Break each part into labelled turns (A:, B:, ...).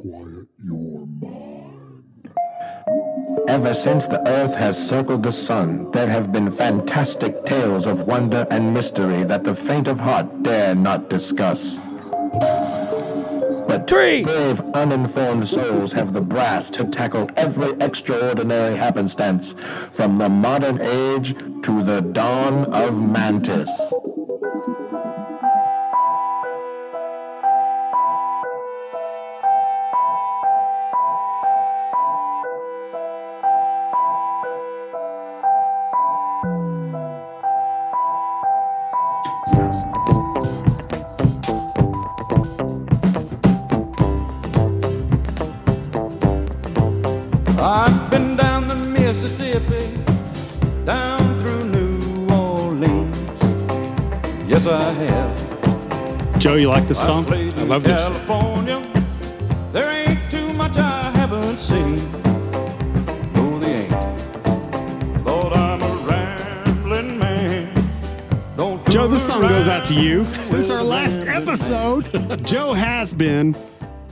A: quiet your mind.
B: Ever since the Earth has circled the sun, there have been fantastic tales of wonder and mystery that the faint of heart dare not discuss. But
C: Three.
B: brave, uninformed souls have the brass to tackle every extraordinary happenstance, from the modern age to the dawn of Mantis.
D: I've been down the Mississippi, down through New Orleans. Yes, I have.
C: Joe, you like this
D: I
C: song?
D: played
C: I
D: in
C: love this.
D: California. There ain't too much I haven't seen. No, they ain't. Lord, I'm a rambling man. Don't fool
C: Joe, this song goes out to you.
D: around
C: Since our
D: with
C: last
D: rambling man.
C: episode, Joe has been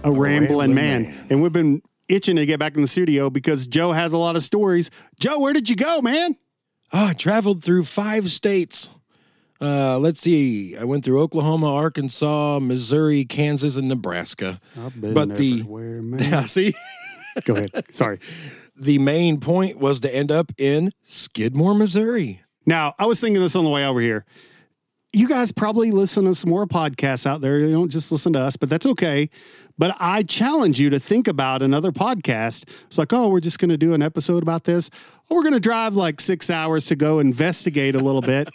C: a rambling
E: rambling
C: man.
E: man.
C: And we've been itching to get back in the studio because Joe has a lot of stories. Joe, where did you go, man?
E: Ah, I traveled through five states. Uh, let's see. I went through Oklahoma, Arkansas, Missouri, Kansas, and Nebraska. but the
C: everywhere, man.
E: see,
C: go ahead. Sorry.
E: the main point was to end up in Skidmore, Missouri.
C: Now, I was thinking this on the way over here. You guys probably listen to some more podcasts out there. You don't just listen to us, but that's okay. But I challenge you to think about another podcast. It's like, oh, we're just going to do an episode about this. Or we're going to drive like six hours to go investigate a little bit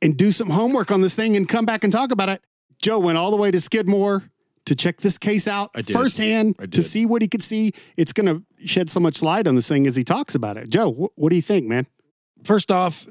C: and do some homework on this thing and come back and talk about it. Joe went all the way to Skidmore to check this case out
E: I did.
C: firsthand
E: I
C: to
E: did.
C: see what he could see. It's going to shed so much light on this thing as he talks about it. Joe, wh- what do you think, man?
E: First off,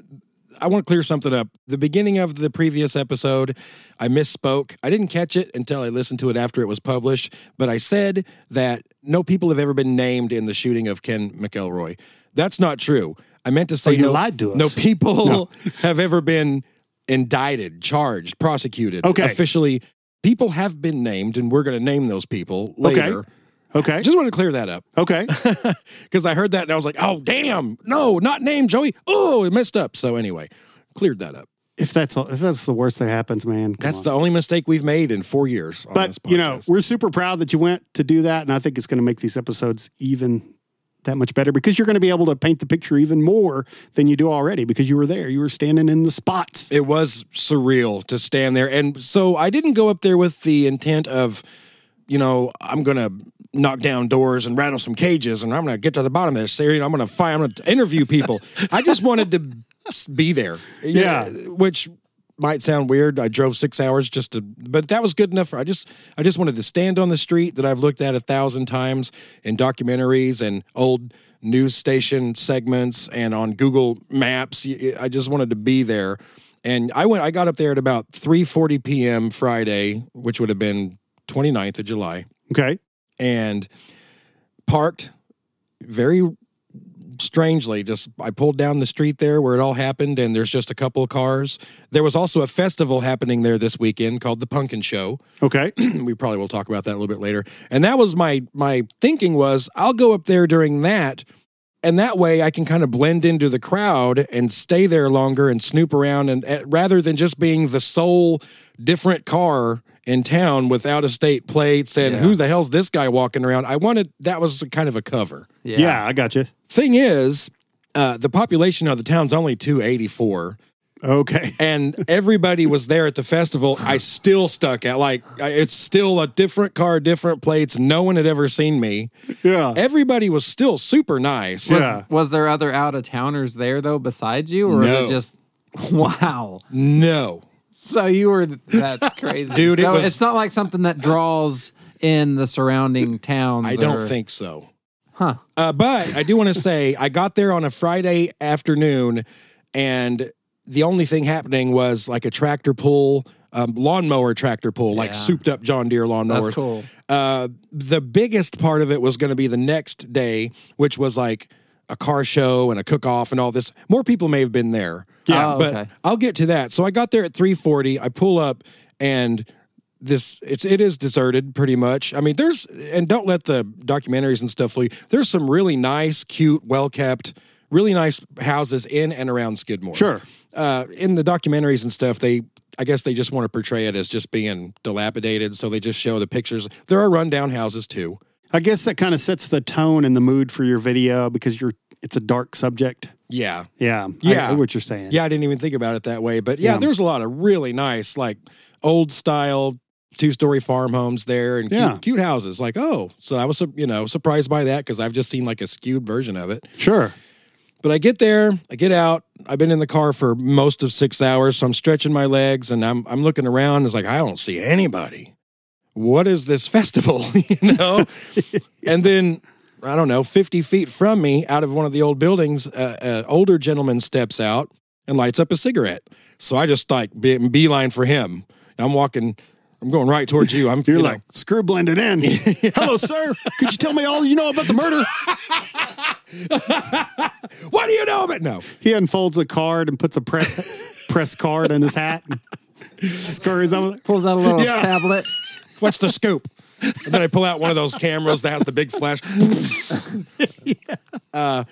E: I want to clear something up. The beginning of the previous episode, I misspoke. I didn't catch it until I listened to it after it was published, but I said that no people have ever been named in the shooting of Ken McElroy. That's not true. I meant to say
C: Oh, you
E: no,
C: lied to us.
E: No people
C: No.
E: have ever been indicted, charged, prosecuted,
C: Okay.
E: officially. People have been named, and we're going to name those people later.
C: Okay.
E: I just want to clear that up.
C: Okay.
E: because I heard that and I was like, oh, damn, no, not named Joey. Oh, it messed up. So anyway, cleared that up.
C: if that's all, if that's the worst that happens, man. come
E: That's
C: on.
E: the only mistake we've made in four years. On
C: But
E: this
C: you know,
E: podcast.
C: we're super proud that you went to do that, and I think it's going to make these episodes even that much better because you're going to be able to paint the picture even more than you do already because you were there, you were standing in the spots.
E: it was surreal to stand there, and so I didn't go up there with the intent of, you know, I'm gonna knock down doors and rattle some cages, and I'm gonna get to the bottom of this. You know, I'm gonna find, I'm gonna interview people. I just wanted to be there.
C: Yeah.
E: which might sound weird. I drove six hours just to, but that was good enough. For, I just, I just wanted to stand on the street that I've looked at a thousand times in documentaries and old news station segments and on Google Maps. Y- y- I just wanted to be there, and I went. I got up there at about three forty p.m. Friday, which would have been 29th of July
C: Okay.
E: and parked very strangely just i pulled down the street there where it all happened and there's just a couple of cars there was also a festival happening there this weekend called the pumpkin show
C: Okay.
E: we probably will talk about that a little bit later and that was my my thinking was i'll go up there during that and that way i can kind of blend into the crowd and stay there longer and snoop around and eh, rather than just being the sole different car in town with out of state plates and who the hell's this guy walking around i wanted that was kind of a cover
C: Yeah, I got you.
E: thing is uh, the population of the town's only 284
C: Okay.
E: and everybody was there at the festival. I still stuck out. Like, I- it's still a different car, different plates. No one had ever seen me.
C: Yeah.
E: Everybody was still super nice.
C: Yeah.
F: Was there other out of towners there though besides you, or was
E: No.
F: it just wow?
E: No.
F: So you were that's crazy,
E: Dude, it
F: So
E: was-
F: it's not like something that draws in the surrounding towns.
E: I don't
F: or-
E: think so.
F: Huh.
E: Uh, but I do want to say I got there on a Friday afternoon, and the only thing happening was like a tractor pull, um, lawnmower tractor pull, like
F: Yeah.
E: souped up John Deere lawnmowers.
F: That's cool.
E: Uh, the biggest part of it was going to be the next day, which was like a car show and a cook off and all this. More people may have been there.
F: Yeah. Oh,
E: but
F: okay.
E: I'll get to that. So I got there at 3:40. I pull up and this it's it is deserted pretty much. I mean, there's and don't let the documentaries and stuff fool you. There's some really nice, cute, well kept, really nice houses in and around Skidmore.
C: Sure.
E: Uh, in the documentaries and stuff, they I guess they just want to portray it as just being dilapidated, so they just show the pictures. There are rundown houses too.
C: I guess that kind of sets the tone and the mood for your video because you're it's a dark subject.
E: Yeah.
C: Yeah.
E: Yeah.
C: I know what you're saying.
E: Yeah, I didn't even think about it that way. But yeah,
C: Yeah.
E: there's a lot of really nice, like old style two story farm homes there and
C: Yeah.
E: cute, cute houses. Like, oh, so I was, su- you know, surprised by that because I've just seen like a skewed version of it.
C: Sure.
E: But I get there, I get out. I've been in the car for most of six hours, so I'm stretching my legs and I'm I'm looking around. It's like I don't see anybody. What is this festival? you know. and then I don't know, fifty feet from me, out of one of the old buildings, uh, an older gentleman steps out and lights up a cigarette. So I just like be, beeline for him. And I'm walking. I'm going right towards you. I'm
C: You're
E: you know,
C: like, screw blended in. Hello, sir. Could you tell me all you know about the murder?
E: what do you know about? No.
C: He unfolds a card and puts a press press card in his hat. Scurries on with it.
F: Pulls out a little
E: Yeah.
F: tablet.
E: What's the scoop? And then I pull out one of those cameras that has the big flash. uh, no,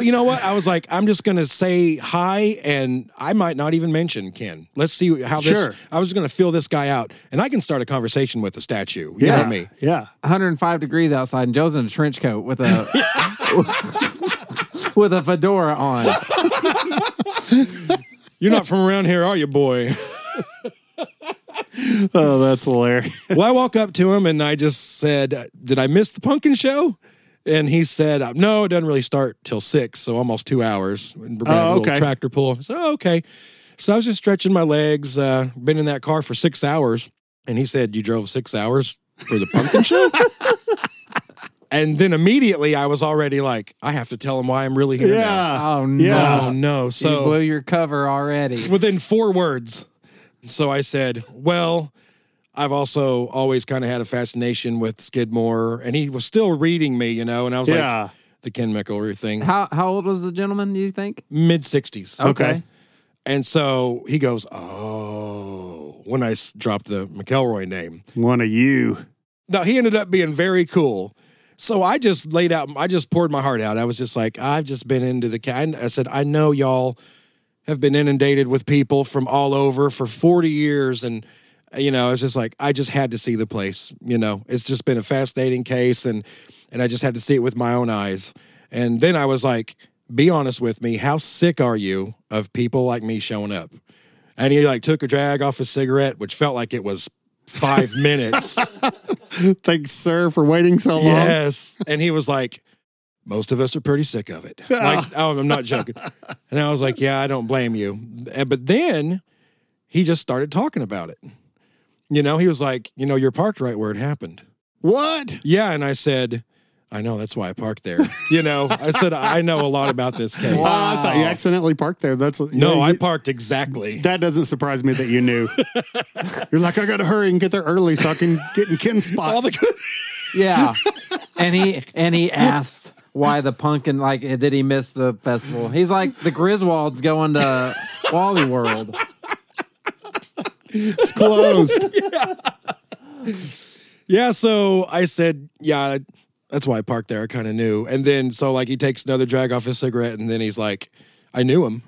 E: you know what? I was like, I'm just going to say hi, and I might not even mention Ken. Let's see how this.
C: Sure.
E: I was going to fill this guy out, and I can start a conversation with the statue. You know me.
C: Yeah.
F: 105 degrees outside, and Joe's in a trench coat with a with a fedora on.
E: You're not from around here, are you, boy?
C: Oh, that's hilarious.
E: well, I walk up to him and I just said, "Did I miss the pumpkin show?" And he said, uh, "No, it doesn't really start till six, so almost two hours." And we had a
C: Oh,
E: little
C: okay.
E: Tractor pull. So okay. So I was just stretching my legs. Uh, been in that car for six hours, and he said, "You drove six hours for the pumpkin show." And then immediately I was already like, I have to tell him why I'm really here. now.
C: Yeah.
F: Oh no!
C: Yeah.
E: Oh no!
F: You
E: So
F: blew your cover already.
E: within four words. So I said, Well, I've also always kind of had a fascination with Skidmore. And he was still reading me, you know, and I was
C: Yeah.
E: like, The Ken McElroy thing,
F: How how old was the gentleman? Do you think?
E: mid 60s.
C: Okay.
E: And so he goes, Oh, when I s- dropped the McElroy name.
C: One of you.
E: No, he ended up being very cool. So I just laid out, I just poured my heart out. I was just like, I've just been into the, ca- I said, I know y'all have been inundated with people from all over for 40 years. And, you know, it's just like, I just had to see the place, you know, it's just been a fascinating case. And, and I just had to see it with my own eyes. And then I was like, be honest with me. How sick are you of people like me showing up? And he like took a drag off his cigarette, which felt like it was five minutes.
C: Thanks, sir, for waiting so long.
E: Yes. And he was like, most of us are pretty sick of it. Like, oh, I'm not joking. And I was like, yeah, I don't blame you. And, but then he just started talking about it. You know, he was like, you know, you're parked right where it happened.
C: What?
E: Yeah. And I said, I know. That's why I parked there. You know, I said, I know a lot about this case.
C: Oh, I thought you accidentally parked there. That's
E: No,
C: yeah,
E: I
C: you-
E: parked exactly.
C: That doesn't surprise me that you knew. You're like, I gotta hurry and get there early so I can get in Ken's spot.
E: All the
F: Yeah. and he and he asked why the pumpkin like did he miss the festival? He's like the Griswolds going to Wally World.
C: it's closed.
E: Yeah, so I said, yeah, that's why I parked there. I kind of knew. And then so like he takes another drag off his cigarette and then he's like, I knew him.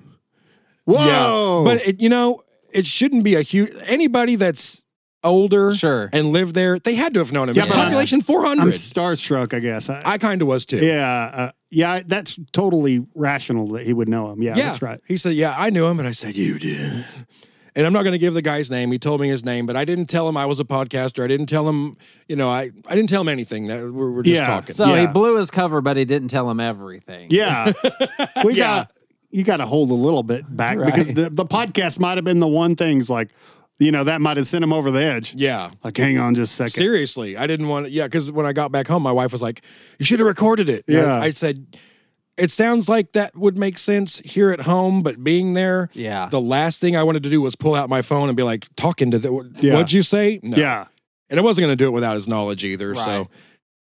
C: Whoa.
E: But it, you know, it shouldn't be a huge anybody that's older
F: Sure.
E: and lived there, they had to have known him.
C: Yeah,
E: It's
C: but-
E: population
C: I'm
E: 400.
C: starstruck, I guess. I,
E: I kind of was too.
C: yeah, uh, yeah, that's totally rational that he would know him. Yeah,
E: Yeah.
C: that's right.
E: He said, Yeah, I knew him. And I said, You did. And I'm not going to give the guy's name. He told me his name, but I didn't tell him I was a podcaster. I didn't tell him, you know, I, I didn't tell him anything. That we're, we're just
C: Yeah.
E: talking.
F: So he
C: Yeah.
F: blew his cover, but he didn't tell him everything.
C: Yeah, we
E: Yeah.
C: got you got to hold a little bit back
F: Right.
C: because the the podcast might have been the one thing's like, you know, that might have sent him over the edge.
E: yeah.
C: Like, hang on just a second.
E: Seriously, I didn't want to. Yeah, because when I got back home, my wife was like, "You should have recorded it." And I-
C: Yeah.
E: I, said, "It sounds like that would make sense here at home, but being there,
F: Yeah.
E: the last thing I wanted to do was pull out my phone and be like, talking to the, what,
C: Yeah.
E: would you say?" No.
C: Yeah,
E: and I wasn't going to do it without his knowledge either.
F: Right.
E: So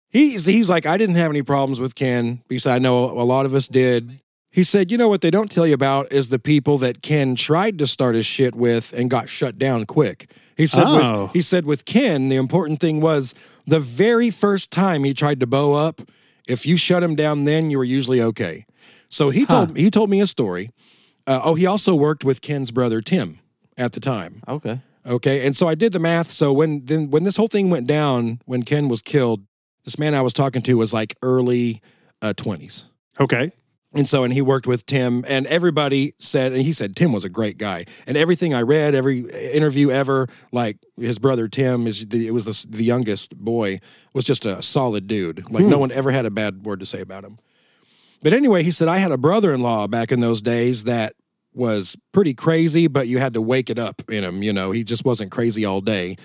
E: he's he's like, "I didn't have any problems with Ken because I know a lot of us did." He said, You know what they don't tell you about is the people that Ken tried to start his shit with and got shut down quick. He said,
C: Oh.
E: with, He said, with Ken, the important thing was the very first time he tried to bow up, if you shut him down then, you were usually okay. So he told he told me a story. Uh, oh, he also worked with Ken's brother Tim at the time.
F: Okay.
E: Okay, and so I did the math. So when then when this whole thing went down, when Ken was killed, this man I was talking to was like early uh, twenties,
C: Okay.
E: and so and he worked with Tim, and everybody said, and he said Tim was a great guy, and everything I read, every interview ever, like his brother Tim is the, it was the, the youngest boy was just a solid dude. Like no one ever had a bad word to say about him. But anyway, he said I had a brother-in-law back in those days that was pretty crazy, but you had to wake it up in him. You know, he just wasn't crazy all day.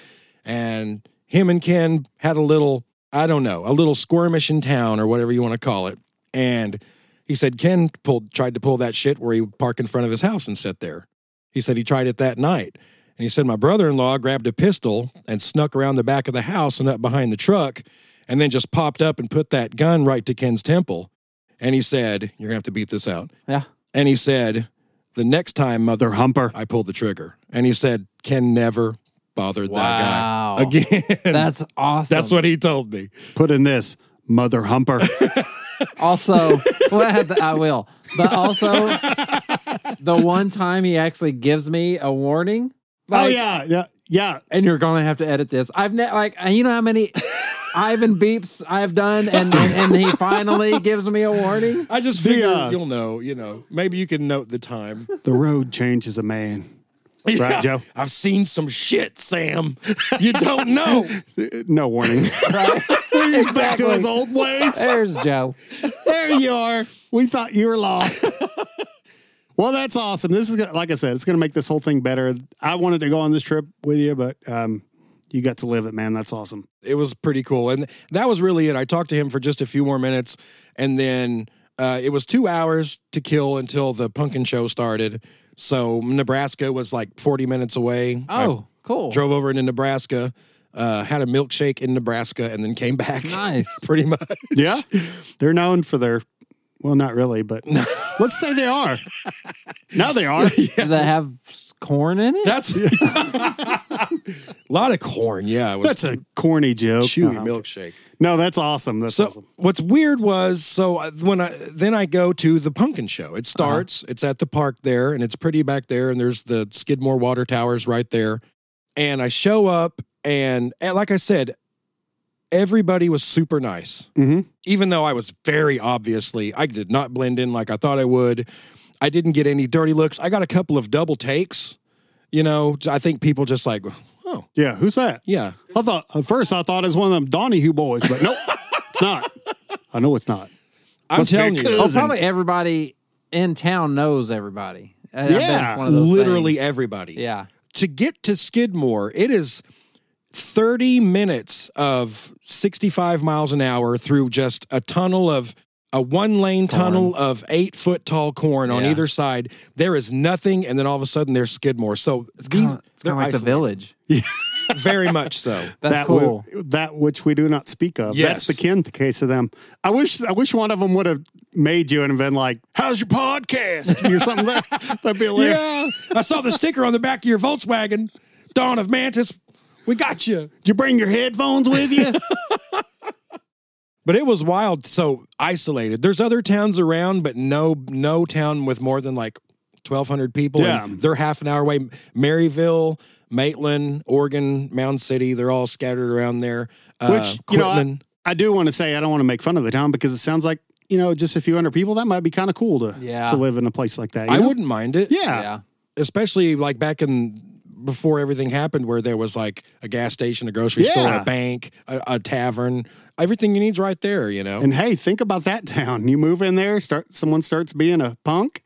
E: And him and Ken had a little, I don't know, a little skirmish in town or whatever you want to call it. And he said Ken pulled, tried to pull that shit where he would park in front of his house and sit there. He said he tried it that night. And he said my brother-in-law grabbed a pistol and snuck around the back of the house and up behind the truck and then just popped up and put that gun right to Ken's temple. And he said, You're gonna have to beat this out.
F: Yeah.
E: And he said, the next
C: Their
E: time, mother,
C: humper.
E: I pulled the trigger. And he said, Ken never bothered
F: Wow.
E: that guy again.
F: That's awesome.
E: That's what he told me.
C: Put in this mother humper.
F: Also, well, I will. But also, the one time he actually gives me a warning.
C: oh
F: like,
C: yeah, yeah, yeah.
F: and you're gonna have to edit this. I've ne- like uh, you know how many Ivan beeps I've done, and, and and he finally gives me a warning.
E: I just
C: The,
E: figure
C: uh,
E: you'll know, you know, maybe you can note the time.
C: The road changes a man. Right, Joe?
E: I've seen some shit, Sam. You don't know.
C: No warning. He's back to
F: Exactly.
C: his old ways.
F: There's Joe.
C: There you are. We thought you were lost. well, that's awesome. This is gonna, like I said, it's going to make this whole thing better. I wanted to go on this trip with you, but um, you got to live it, man. That's awesome.
E: it was pretty cool. And that was really it. I talked to him for just a few more minutes and then uh, it was two hours to kill until the pumpkin show started. So Nebraska was like 40 minutes away. I
F: Oh, cool.
E: drove over into Nebraska, uh, had a milkshake in Nebraska, and then came back.
F: Nice.
E: Pretty much.
C: Yeah, they're known for their. Well, not really, but let's say they are. Now they are.
F: Do they have s- corn in it?
E: That's a lot of corn. Yeah. It was
C: That's a corny joke.
E: chewy
C: Uh-huh.
E: milkshake.
C: No, that's awesome. That's
E: So
C: awesome.
E: what's weird was so I- when I then I go to the pumpkin show.
C: Uh-huh.
E: It starts. It's at the park there, and it's pretty back there. And there's the Skidmore Water Towers right there. And I show up, and, and like I said, everybody was super nice.
C: Mhm.
E: Even though I was very obviously, I did not blend in like I thought I would. I didn't get any dirty looks. I got a couple of double takes. You know, I think people just like, oh
C: Yeah, who's that?
E: yeah,
C: I thought at first I thought it was one of them Donahue boys, but nope, it's not. I know it's not.
E: I'm
C: Must be
E: telling
C: a
E: you.
C: cousin.
F: well, Oh, probably everybody in town knows everybody. I- I bet
C: Yeah,
F: it's one of those
E: literally
F: things.
E: everybody.
F: Yeah.
E: to get to Skidmore, it is 30 minutes of 65 miles an hour through just a tunnel of a one lane tunnel of eight foot tall corn on
F: Yeah.
E: either side. There is nothing, and then all of a sudden there's Skidmore. So
F: It's kind of like the village.
E: very much so.
F: That's
C: that
F: cool.
C: wi- that which we do not speak of. That's
E: Yes.
C: the kin case of them. I wish I wish one of them would have made you and been like, "How's your podcast?" or something. That, that'd be hilarious.
E: yeah, I saw the sticker on the back of your Volkswagen, Dawn of Mantis. We got you.
C: You bring your headphones with you.
E: But it was wild. So isolated. There's other towns around, but no no town with more than like 1,200 people.
C: Yeah.
E: And they're half an hour away. Maryville, Maitland, Oregon, Mound City. They're all scattered around there. Uh,
C: Which you know, I,
E: Quitman.
C: I do want to say I don't want to make fun of the town because it sounds like you know just a few hundred people. That might be kind of cool to
F: Yeah.
C: to live in a place like that. you
E: I
C: know?
E: wouldn't mind it.
C: Yeah.
F: Yeah.
E: Especially like back in before everything happened, where there was like a gas station, a grocery
C: Yeah.
E: store, a bank, a, a tavern, everything you need's right there, you know?
C: And hey, think about that town. You move in there, start someone starts being a punk,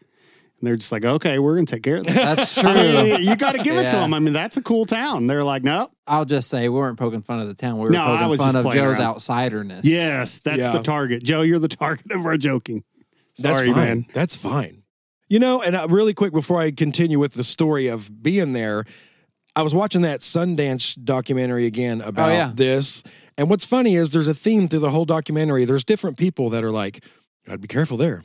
C: and they're just like, "Okay, we're gonna take care of this."
F: That's true.
C: I mean, you got to give it to
F: Yeah.
C: them. I mean, that's a cool town. They're like, no,
F: I'll just say we weren't poking fun of the town. We were
C: No, I
F: poking
C: was just
F: fun of
C: playing
F: Joe's
C: around.
F: outsiderness.
C: yes, that's
E: Yeah.
C: the target. Joe, you're the target of our joking.
E: That's
C: Sorry,
E: fine.
C: man.
E: That's fine. You know, and uh, really quick before I continue with the story of being there, I was watching that Sundance documentary again about
F: yeah.
E: this. And what's funny is there's a theme through the whole documentary. There's different people that are like, I'd be careful there.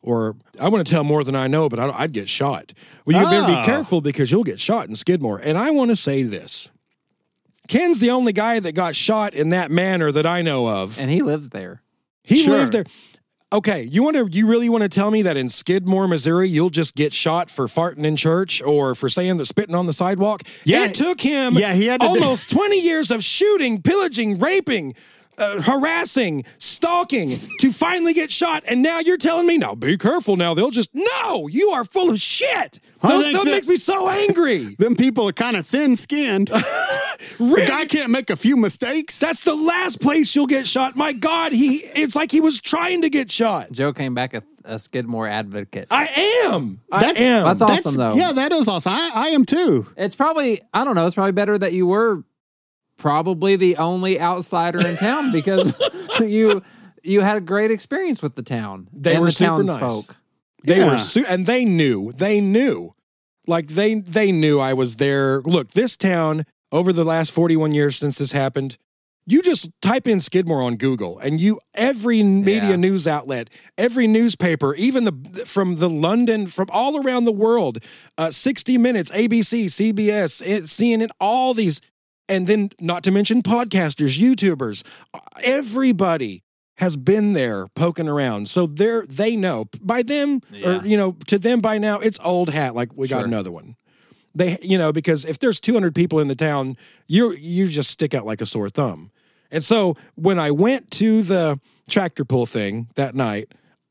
E: or I want to tell more than I know, but I, I'd get shot. Well, you better
C: Ah.
E: be careful because you'll get shot in Skidmore. And I want to say this Ken's the only guy that got shot in that manner that I know of.
F: and he lived there.
E: He
C: Sure.
E: lived there. Okay, you want to? You really want to tell me that in Skidmore, Missouri, you'll just get shot for farting in church or for saying they're spitting on the sidewalk?
C: Yeah.
E: it took him.
C: Yeah, he had to do-
E: almost twenty years of shooting, pillaging, raping, uh, harassing, stalking to finally get shot. And now you're telling me, no, be careful. Now they'll just no. You are full of shit.
C: I
E: Those-
C: think
E: that
C: that-
E: makes me so angry.
C: Them people are kind of thin skinned. The
E: Really?
C: guy can't make a few mistakes.
E: That's the last place you'll get shot. My God, he. It's like he was trying to get shot.
F: Joe came back a, a Skidmore advocate.
E: I am.
C: That's-
E: I am.
F: That's awesome, though.
C: Yeah, that is awesome. I, I am too.
F: It's probably I don't know. It's probably better that you were probably the only outsider in town because you you had a great experience with the town.
E: They
F: and
E: were
F: the
E: super nice.
F: townsfolk.
E: They
C: Yeah.
E: were su- and they knew. They knew. Like they they knew I was there. Look, this town over the last 41 years since this happened, you just type in Skidmore on Google and you every media
F: Yeah.
E: news outlet, every newspaper, even the from the London from all around the world, uh 60 minutes, ABC, CBS, it- CNN, all these and then not to mention podcasters, YouTubers, uh, everybody has been there poking around. So they're they know by them
F: Yeah.
E: or you know to them by now it's old hat. Like we got
F: Sure.
E: another one. They you know because if there's 200 people in the town, you you just stick out like a sore thumb. And so when I went to the tractor pull thing that night,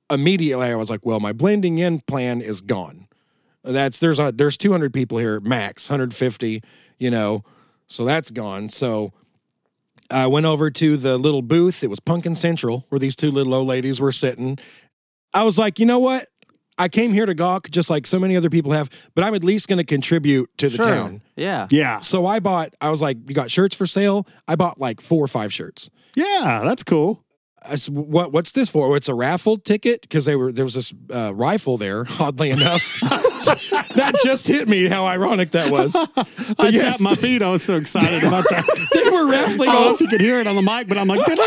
E: immediately I was like, well, my blending in plan is gone. That's there's a, there's 200 people here max, 150, you know. So that's gone. So I went over to the little booth. It was Punkin Central where these two little old ladies were sitting. I was like, you know what? I came here to gawk just like so many other people have, but I'm at least going to contribute to the
F: Sure.
E: town.
F: Yeah.
C: Yeah.
E: So I bought, I was like, you got shirts for sale? I bought like four or five shirts.
C: Yeah, that's cool.
E: I said, what, what's this for? Oh, It's a raffle ticket because they were there was this uh, rifle there. Oddly enough, that just hit me. How ironic that was.
C: I
E: yes.
C: tapped my feet. I was so excited about that.
E: they were raffling
C: I don't know
E: off.
C: if you could hear it on the mic, but I'm like, that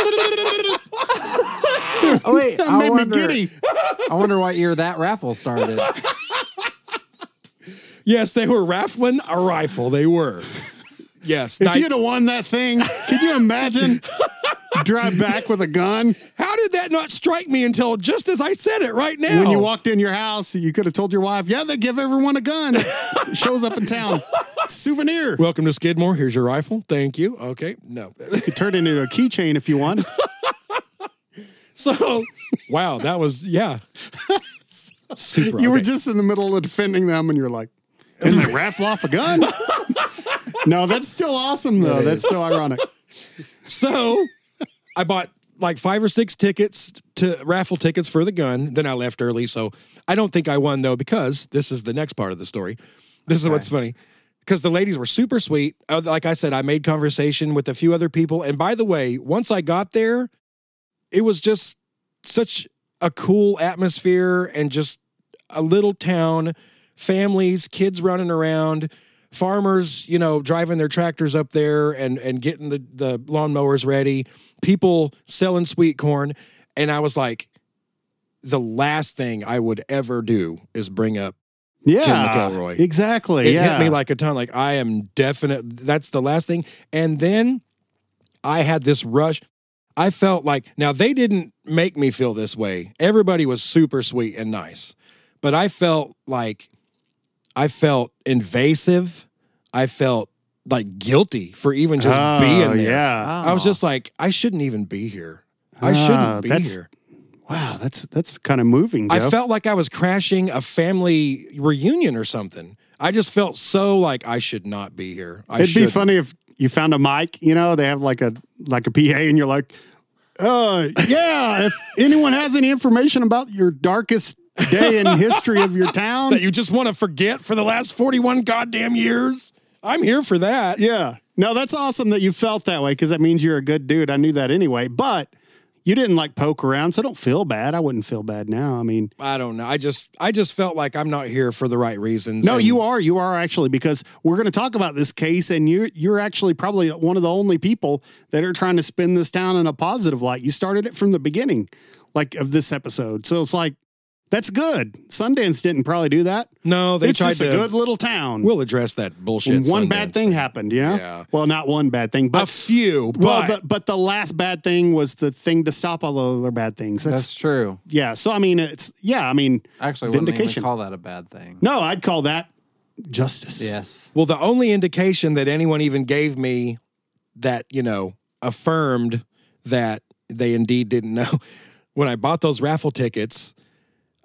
F: Oh wait, I
C: made me
F: wonder.
C: giddy.
F: I wonder what year that raffle started.
E: Yes, they were raffling a rifle. They were. Yes.
C: If
E: Now,
C: you'd have won that thing, can you imagine? Drive back with a gun.
E: how did that not strike me until just as I said it right now?
C: When you walked in your house, you could have told your wife, "Yeah, they give everyone a gun." Shows up in town, souvenir. Well,
E: Welcome to Skidmore. Here's your rifle. Thank you. Okay. No.
C: you could turn it into a keychain if you want.
E: So, wow, that was yeah. Super.
C: You were
E: okay.
C: just in the middle of defending them, and you're like, "And they raffle off a gun." no, that's still awesome though. That's so ironic.
E: So I bought like five or six tickets to raffle tickets for the gun. Then I left early. So I don't think I won though, because this is the next part of the story. This is what's funny. Because the ladies were super sweet. Uh, Like I said, I made conversation with a few other people. And by the way, once I got there, it was just such a cool atmosphere and just a little town, families, kids running around, farmers, you know, driving their tractors up there and and getting the the lawnmowers ready, people selling sweet corn, and I was like the last thing I would ever do is bring up.
C: Yeah,
E: McElroy.
C: Exactly.
E: It
C: yeah.
E: hit me like a ton. Like I am definite. That's the last thing. And then I had this rush. I felt like now they didn't make me feel this way. Everybody was super sweet and nice, but I felt like I felt invasive. I felt like guilty for even just
C: Oh,
E: being there.
C: Yeah.
E: I was just like, I shouldn't even be here. I shouldn't be
C: that's-
E: here.
C: Wow, that's that's kind of moving. Joe.
E: I felt like I was crashing a family reunion or something. I just felt so like I should not be here. I
C: It'd be
E: shouldn't.
C: funny if you found a mic. You know, they have like a like a PA, and you're like, uh, yeah. If anyone has any information about your darkest day in history of your town,
E: that you just want to forget for the last 41 goddamn years. I'm here for that.
C: yeah. No, that's awesome that you felt that way because that means you're a good dude. I knew that anyway, but you didn't like poke around, so don't feel bad. I wouldn't feel bad now. I mean,
E: I don't know. I just I just felt like I'm not here for the right reasons.
C: No,
E: And
C: you are. You are actually because we're going to talk about this case, and you're you're actually probably one of the only people that are trying to spin this town in a positive light. You started it from the beginning, like of this episode. So it's like That's good. Sundance didn't probably do that.
E: No, they
C: it's
E: tried
C: just
E: to.
C: a good little town.
E: we'll address that
C: one
E: bullshit. Sundance.
C: bad thing happened, yeah?
E: Yeah.
C: Well, not one bad thing, but
E: a few, but
C: well, the, but the last bad thing was the thing to stop all the other bad things. That's,
F: That's true.
C: yeah. So I mean, it's yeah. I mean,
F: Actually, I wouldn't even
C: vindication.
F: call that a bad thing.
C: no, I'd call that justice.
F: Yes.
E: well, the only indication that anyone even gave me that you know affirmed that they indeed didn't know when I bought those raffle tickets,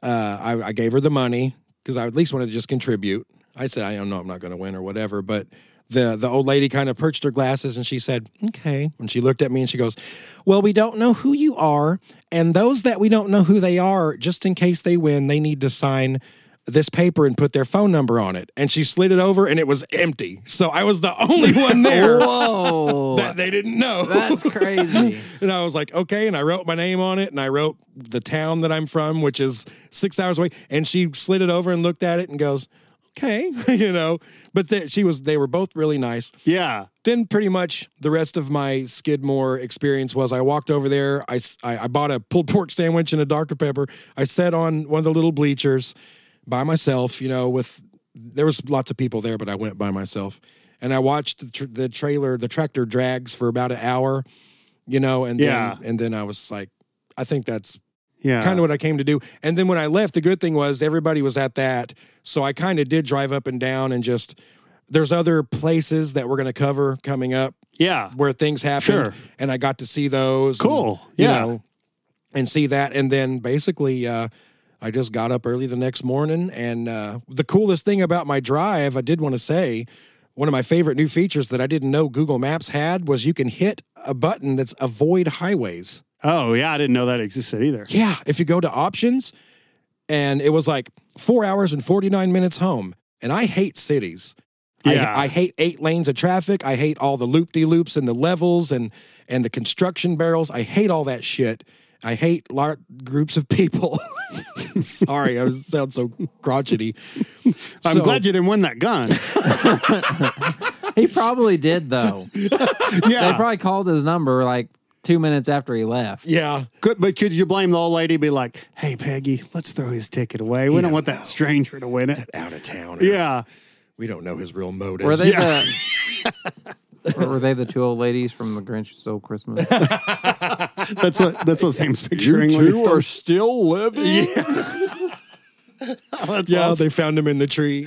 E: uh, I, I gave her the money because I at least wanted to just contribute. I said, I don't know, I'm not going to win or whatever, but. The, the old lady kind of perched her glasses and she said, Okay. And she looked at me and she goes, Well, we don't know who you are. And those that we don't know who they are, just in case they win, they need to sign this paper and put their phone number on it. And she slid it over and it was empty. So I was the only one there
F: Whoa.
E: that they didn't know.
F: That's crazy.
E: and I was like, okay. And I wrote my name on it and I wrote the town that I'm from, which is six hours away. And she slid it over and looked at it and goes, okay, you know. But th- she was, they were both really nice.
C: Yeah.
E: Then pretty much the rest of my Skidmore experience was I walked over there, I, s- I- I bought a pulled pork sandwich and a Dr. Pepper. I sat on one of the little bleachers by myself, you know, with, there was lots of people there, but I went by myself. And I watched the, tr- the trailer, the tractor drags for about an hour, you know, and
C: Yeah.
E: then, and then I was like, I think that's
C: Yeah.
E: kind of what I came to do. And then when I left, the good thing was everybody was at that. So I kind of did drive up and down and just, there's other places that we're going to cover coming up
C: Yeah.
E: where things happened.
C: Sure.
E: And I got to see those.
C: Cool.
E: and, you
C: Yeah.
E: know, and see that. And then basically, uh, I just got up early the next morning. And uh, the coolest thing about my drive, I did want to say, one of my favorite new features that I didn't know Google Maps had was you can hit a button that's avoid highways.
C: Oh yeah, I didn't know that existed either.
E: Yeah. If you go to options, and it was like four hours and 49 minutes home. And I hate cities. I-
C: Yeah.
E: I, hate eight lanes of traffic. I hate all the loop de loops and the levels and and the construction barrels. I hate all that shit. I hate large groups of people. Sorry, I was- sound so crotchety.
C: I'm
E: So-
C: glad you didn't win that gun.
F: He probably did though. They
C: yeah.
F: probably called his number like two minutes after he left.
E: Yeah,
C: Could, but could you blame the old lady? Be like, hey Peggy, let's throw his ticket away. We don't want that stranger to win it.
E: out of town.
C: Yeah.
E: we don't know his real motives.
F: Were they
C: Yeah.
F: the or were they the two old ladies from the Grinch who Stole Christmas?
C: That's what that's what Sam's picturing. when he's done-
F: still living.
C: that's,
E: yeah,
C: awesome.
E: they found him in the tree.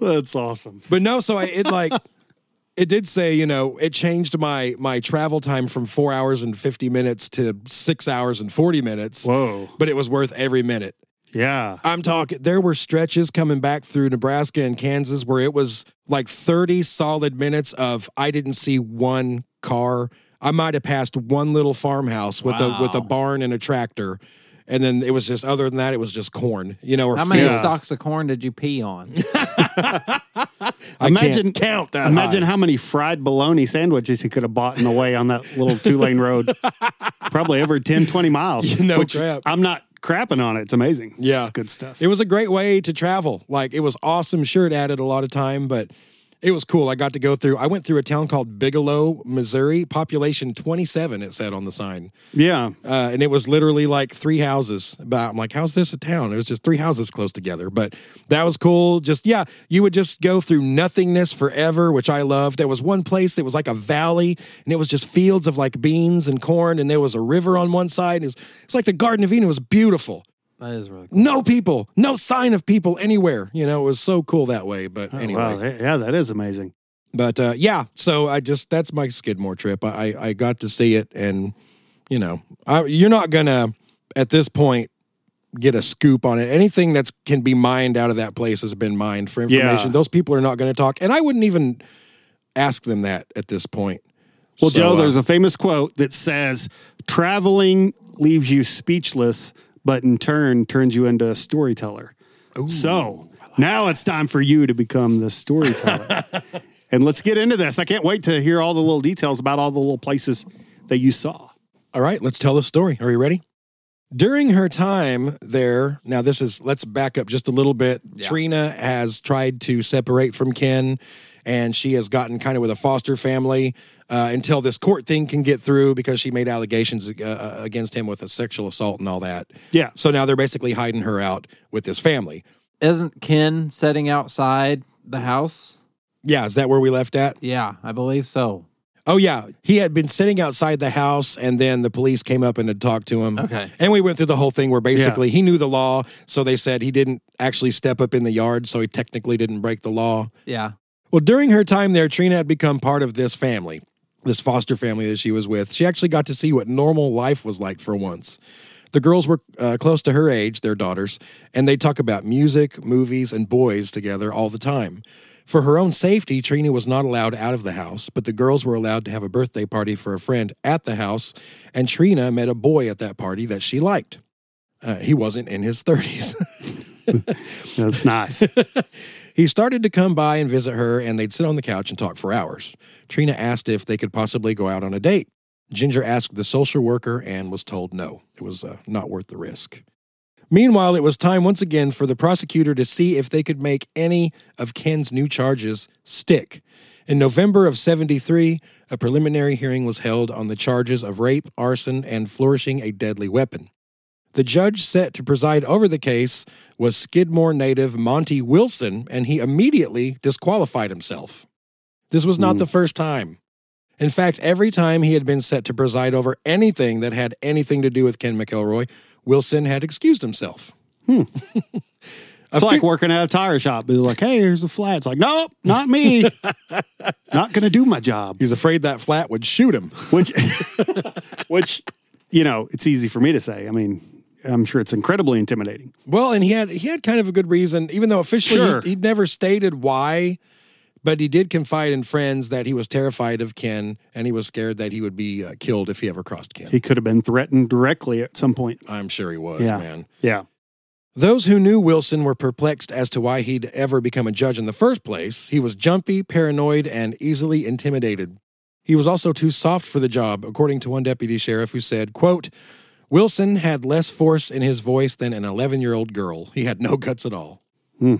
C: that's awesome.
E: But no, so I it like it did say, you know, it changed my my travel time from four hours and fifty minutes to six hours and forty minutes.
C: Whoa.
E: But it was worth every minute.
C: Yeah.
E: I'm talking there were stretches coming back through Nebraska and Kansas where it was like 30 solid minutes of I didn't see one car. I might have passed one little farmhouse with a with a barn and a tractor. And then it was just other than that, it was just corn, you know, or
F: How many
E: fields.
C: Yeah.
F: stalks of corn did you pee on?
E: I can't
C: Imagine
E: count that.
C: Imagine
E: high.
C: how many fried bologna sandwiches he could have bought in the way on that little two lane road. Probably every 10, 20 miles.
E: No crap.
C: I'm not crapping on it. It's amazing.
E: Yeah.
C: It's good stuff.
E: It was a great way to travel. Like it was awesome. Sure, it added a lot of time, but it was cool. I got to go through. I went through a town called Bigelow, Missouri, population 27. It said on the sign,
C: yeah.
E: uh, and it was literally like three houses. But I'm like, how's this a town? It was just three houses close together. But that was cool. Just yeah, you would just go through nothingness forever, which I love. There was one place that was like a valley, and it was just fields of like beans and corn, and there was a river on one side. It was it's like the Garden of Eden. It was beautiful
F: That is really cool.
E: no people, no sign of people anywhere. You know, it was so cool that way. But
F: Oh,
E: anyway,
C: Wow. Yeah, that is amazing.
E: but uh, yeah. So I just that's my Skidmore trip. I I, I got to see it, and you know, I, you're not gonna at this point get a scoop on it. Anything that's can be mined out of that place has been mined for
C: Yeah.
E: information. Those people are not going to talk, and I wouldn't even ask them that at this point.
C: Well,
E: So,
C: Joe,
E: uh,
C: there's a famous quote that says, traveling leaves you speechless, but in turn turns you into a storyteller. so now it's time for you to become the storyteller. and let's get into this. I can't wait to hear all the little details about all the little places that you saw.
E: All right, let's tell the story. Are you ready? During her time there, now this is, let's back up just a little bit. Trina has tried to separate from Ken and she has gotten kind of with a foster family uh, until this court thing can get through because she made allegations uh, against him with a sexual assault and all that.
C: Yeah.
E: So now they're basically hiding her out with this family.
F: Isn't Ken sitting outside the house?
E: Yeah, is that where we left at?
F: Yeah, I believe so.
E: Oh yeah, he had been sitting outside the house, and then the police came up and had talked to him.
F: Okay.
E: and we went through the whole thing where basically he knew the law, so they said he didn't actually step up in the yard, so he technically didn't break the law.
F: Yeah.
E: Well, during her time there, Trina had become part of this family, this foster family that she was with. She actually got to see what normal life was like for once. The girls were uh, close to her age, their daughters, and they talk about music, movies, and boys together all the time. For her own safety, Trina was not allowed out of the house, but the girls were allowed to have a birthday party for a friend at the house, and Trina met a boy at that party that she liked. Uh, he wasn't in his 30s.
C: That's nice.
E: He started to come by and visit her, and they'd sit on the couch and talk for hours. Trina asked if they could possibly go out on a date. Ginger asked the social worker and was told no, it was uh, not worth the risk. Meanwhile, it was time once again for the prosecutor to see if they could make any of Ken's new charges stick. In November of 73, a preliminary hearing was held on the charges of rape, arson, and flourishing a deadly weapon. The judge set to preside over the case was Skidmore native Monty Wilson, and he immediately disqualified himself. This was
C: Hmm.
E: not the first time. In fact, every time he had been set to preside over anything that had anything to do with Ken McElroy, Wilson had excused himself.
C: Hmm. It's like working at a tire shop. They're like, hey, here's a flat. It's like, nope, not me. not going to do my job.
E: He's afraid that flat would shoot him.
C: Which, which, you know, it's easy for me to say. I mean, I'm sure it's incredibly intimidating.
E: Well, and he had he had kind of a good reason, even though officially
C: Sure.
E: he, he never stated why, but he did confide in friends that he was terrified of Ken and he was scared that he would be uh, killed if he ever crossed Ken.
C: He could have been threatened directly at some point.
E: I'm sure he was,
C: Yeah.
E: man.
C: Yeah.
E: Those who knew Wilson were perplexed as to why he'd ever become a judge in the first place. He was jumpy, paranoid, and easily intimidated. He was also too soft for the job, according to one deputy sheriff who said, quote, Wilson had less force in his voice than an 11 year old girl. He had no guts at all.
C: Hmm.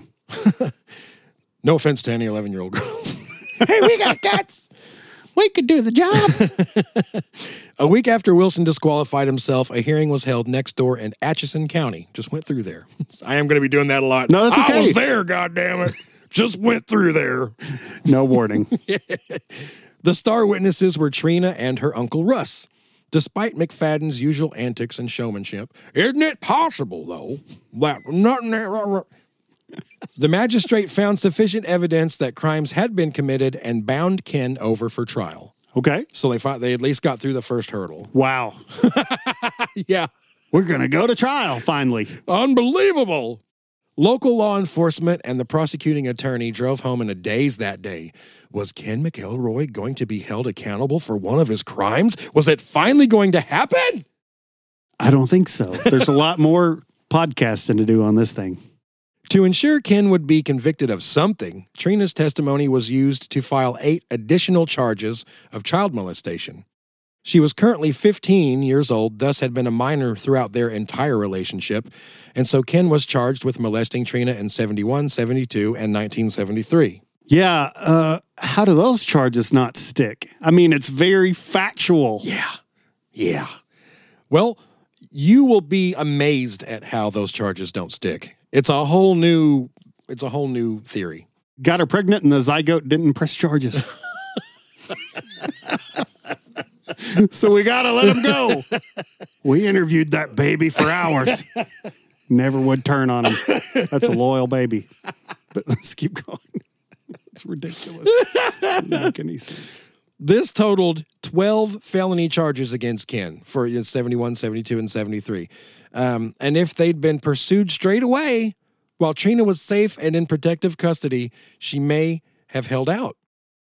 E: no offense to any 11 year old girls. hey, we got guts.
C: We could do the job.
E: A week after Wilson disqualified himself, a hearing was held next door in Atchison County. Just went through there. I am going to be doing that a lot.
C: No, that's
E: I
C: okay.
E: was there, goddammit. Just went through there.
C: no warning.
E: The star witnesses were Trina and her uncle Russ. Despite McFadden's usual antics and showmanship, isn't it possible though that nothing? The magistrate found sufficient evidence that crimes had been committed and bound Ken over for trial.
C: Okay.
E: So they fi- they at least got through the first hurdle.
C: Wow.
E: Yeah.
C: We're going to go to trial finally.
E: Unbelievable. Local law enforcement and the prosecuting attorney drove home in a daze that day. Was Ken McElroy going to be held accountable for one of his crimes? Was it finally going to happen?
C: I don't think so. There's a lot more podcasting to do on this thing.
E: To ensure Ken would be convicted of something, Trina's testimony was used to file eight additional charges of child molestation. She was currently 15 years old, thus had been a minor throughout their entire relationship, and so Ken was charged with molesting Trina in 71, 72, and 1973.
C: Yeah. Uh, how do those charges not stick? I mean, it's very factual.
E: Yeah. Yeah. Well, you will be amazed at how those charges don't stick. It's a whole new it's a whole new theory.
C: Got her pregnant and the zygote didn't press charges. so we got to let him go. We interviewed that baby for hours. Never would turn on him. That's a loyal baby. But let's keep going. It's ridiculous. Doesn't make any sense.
E: This totaled 12 felony charges against Ken for in 71, 72, and 73. Um, and if they'd been pursued straight away while Trina was safe and in protective custody, she may have held out.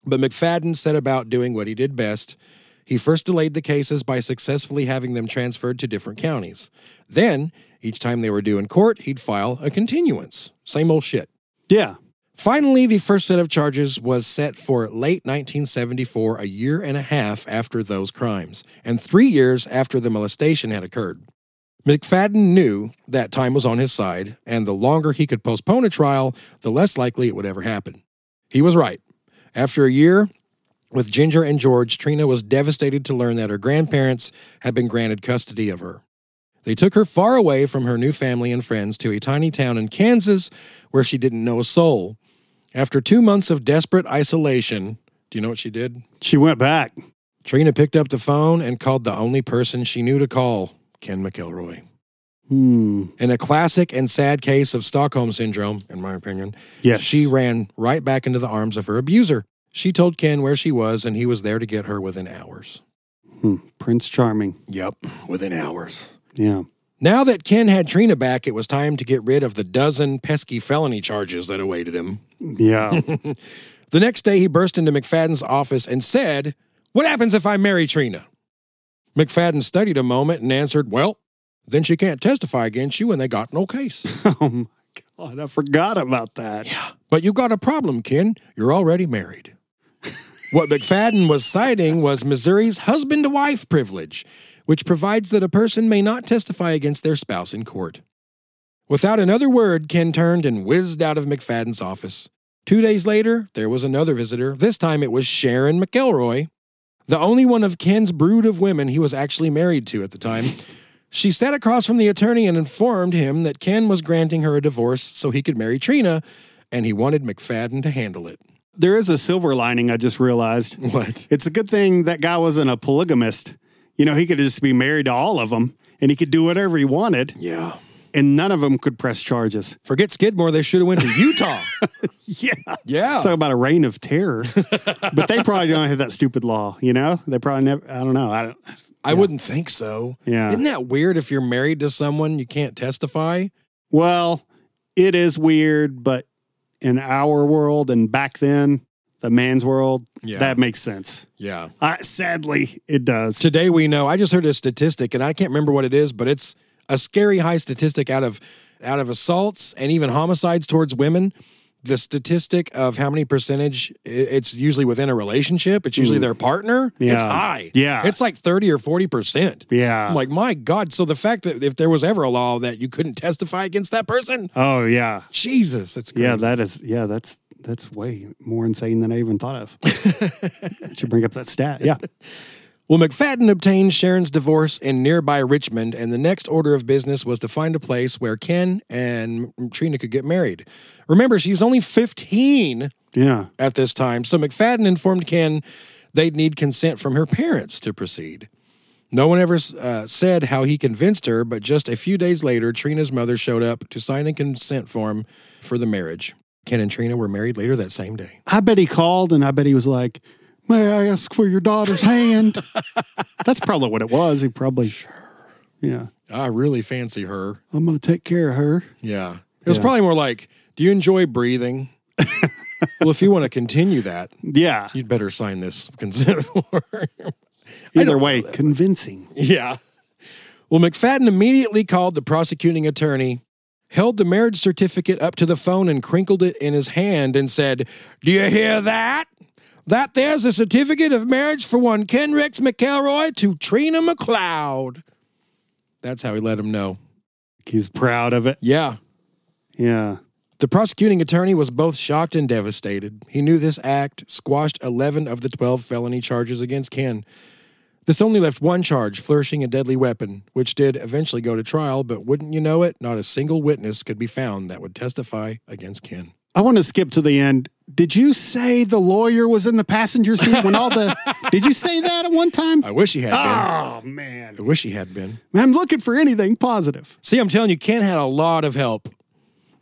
E: But McFadden set about doing what he did best. He first delayed the cases by successfully having them transferred to different counties. Then, each time they were due in court, he'd file a continuance. Same old shit.
C: Yeah.
E: Finally, the first set of charges was set for late 1974, a year and a half after those crimes, and three years after the molestation had occurred. McFadden knew that time was on his side, and the longer he could postpone a trial, the less likely it would ever happen. He was right. After a year with Ginger and George, Trina was devastated to learn that her grandparents had been granted custody of her. They took her far away from her new family and friends to a tiny town in Kansas where she didn't know a soul. After two months of desperate isolation, do you know what she did?
C: She went back.
E: Trina picked up the phone and called the only person she knew to call Ken McElroy.
C: Hmm.
E: In a classic and sad case of Stockholm syndrome, in my opinion,
C: Yes.
E: she ran right back into the arms of her abuser. She told Ken where she was, and he was there to get her within hours.
C: Hmm. Prince Charming.
E: Yep, within hours.
C: Yeah.
E: Now that Ken had Trina back, it was time to get rid of the dozen pesky felony charges that awaited him.
C: Yeah.
E: The next day, he burst into McFadden's office and said, What happens if I marry Trina? McFadden studied a moment and answered, Well, then she can't testify against you, and they got no case.
C: oh my God. I forgot about that.
E: But you got a problem, Ken. You're already married. what McFadden was citing was Missouri's husband to wife privilege, which provides that a person may not testify against their spouse in court. Without another word, Ken turned and whizzed out of McFadden's office. Two days later, there was another visitor. This time it was Sharon McElroy, the only one of Ken's brood of women he was actually married to at the time. She sat across from the attorney and informed him that Ken was granting her a divorce so he could marry Trina, and he wanted McFadden to handle it.
C: There is a silver lining I just realized.
E: What?
C: It's a good thing that guy wasn't a polygamist. You know, he could just be married to all of them and he could do whatever he wanted
E: Yeah.
C: and none of them could press charges.
E: Forget Skidmore, they should have went to Utah.
C: Yeah.
E: yeah.
C: Talk about a reign of terror. but they probably don't have that stupid law, you know? They probably never, I don't know. I don't,
E: I wouldn't think so.
C: Yeah.
E: Isn't that weird if you're married to someone you can't testify?
C: well, it is weird, but in our world and back then, the man's world,
E: Yeah.
C: that makes sense.
E: Yeah.
C: I, sadly, it does.
E: Today we know. I just heard a statistic and I can't remember what it is, but it's a scary high statistic out of out of assaults and even homicides towards women. The statistic of how many percentage i- it's usually within a relationship, it's usually their partner. It's
C: Hmm. Yeah.
E: high.
C: Yeah.
E: It's like 30 or 40%.
C: Yeah.
E: I'm like, my God. So the fact that if there was ever a law that you couldn't testify against that person,
C: oh, yeah.
E: Jesus, that's crazy.
C: Yeah, that is. Yeah, that's that's way more insane than I even thought of. Should bring up that stat. Yeah,
E: Well, McFadden obtained Sharon's divorce in nearby Richmond, and the next order of business was to find a place where Ken and Trina could get married. Remember, she's only 15
C: yeah.
E: at this time, so McFadden informed Ken they'd need consent from her parents to proceed. No one ever uh, said how he convinced her, but just a few days later, Trina's mother showed up to sign a consent form for the marriage. Ken and Trina were married later that same day.
C: I bet he called and I bet he was like, "May I ask for your daughter's hand?" that's probably what it was. He probably. Yeah,
E: I really fancy her.
C: I'm gonna take care of her.
E: Yeah. It was probably more like, do you enjoy breathing? well, if you want to continue that,
C: Yeah.
E: you'd better sign this consent form.
C: Either way, convincing.
E: yeah. Well, McFadden immediately called the prosecuting attorney, held the marriage certificate up to the phone and crinkled it in his hand and said, Do you hear that? That there's a certificate of marriage for one Kenrix McElroy to Trina McLeod. That's how he let him know.
C: He's proud of it.
E: Yeah.
C: Yeah.
E: The prosecuting attorney was both shocked and devastated. He knew this act squashed 11 of the 12 felony charges against Ken. This only left one charge, flourishing a deadly weapon, which did eventually go to trial, but wouldn't you know it, not a single witness could be found that would testify against Ken.
C: I want to skip to the end. Did you say the lawyer was in the passenger seat when all the? did you say that at one time?
E: I wish he had
C: Oh man,
E: been. I wish he had been.
C: I'm looking for anything positive.
E: See, I'm telling you, Ken had a lot of help.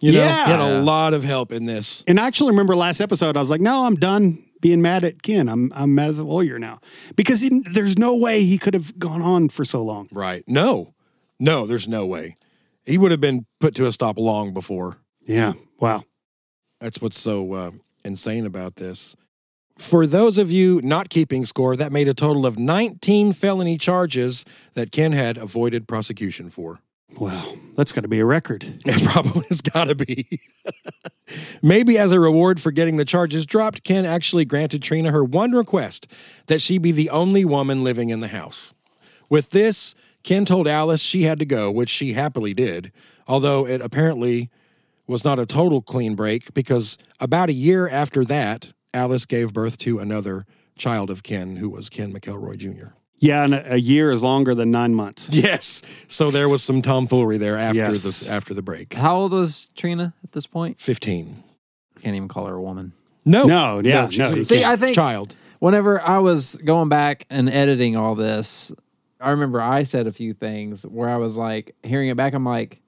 E: You know, he had
C: Yeah.
E: a lot of help in this.
C: And I actually remember last episode, I was like, no, I'm done being mad at Ken. I'm, I'm mad at the lawyer now because he, there's no way he could have gone on for so long.
E: Right. No, no, there's no way. He would have been put to a stop long before.
C: Yeah. Wow.
E: That's what's so uh, insane about this. For those of you not keeping score, that made a total of 19 felony charges that Ken had avoided prosecution for.
C: Wow. That's got to be a record.
E: It probably has got to be. Maybe as a reward for getting the charges dropped, Ken actually granted Trina her one request that she be the only woman living in the house. With this, Ken told Alice she had to go, which she happily did, although it apparently was not a total clean break because about a year after that, Alice gave birth to another child of Ken, who was Ken McElroy Jr.
C: Yeah, and a, a year is longer than nine months.
E: Yes. So there was some tomfoolery there after
C: Yes.
E: this after the break.
F: How old was Trina at this point?
E: Fifteen.
F: Can't even call her a woman.
E: No.
C: No, yeah, no,
E: she's
C: you
E: a
C: can't. See,
F: I think-
E: child.
F: Whenever I was going back and editing all this, I remember I said a few things where I was like hearing it back. I'm like,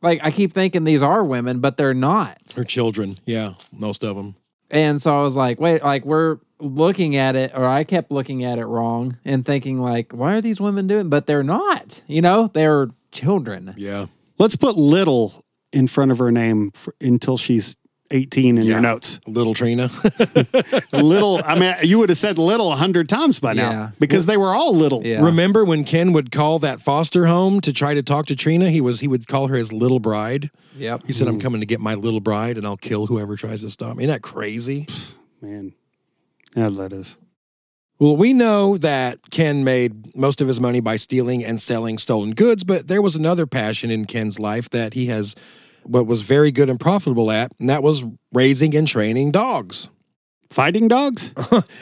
F: like I keep thinking these are women, but they're not.
E: Her children. Yeah. Most of them.
F: And so I was like, wait, like we're looking at it, or I kept looking at it wrong and thinking like, why are these women doing? But they're not. You know, they're children.
E: Yeah.
C: Let's put little in front of her name for, until she's 18 in
E: Yeah.
C: your notes.
E: Little Trina.
C: Little, I mean, you would have said little a hundred times by now
F: Yeah.
C: because they were all little.
F: Yeah.
E: Remember when Ken would call that foster home to try to talk to Trina? He was he would call her his little bride.
F: Yep.
E: He said, "I'm coming to get my little bride, and I'll kill whoever tries to stop me." Isn't that crazy?
C: Man, yeah, that is.
E: Well, we know that Ken made most of his money by stealing and selling stolen goods, but there was another passion in Ken's life that he has what was very good and profitable at, and that was raising and training dogs.
C: Fighting dogs?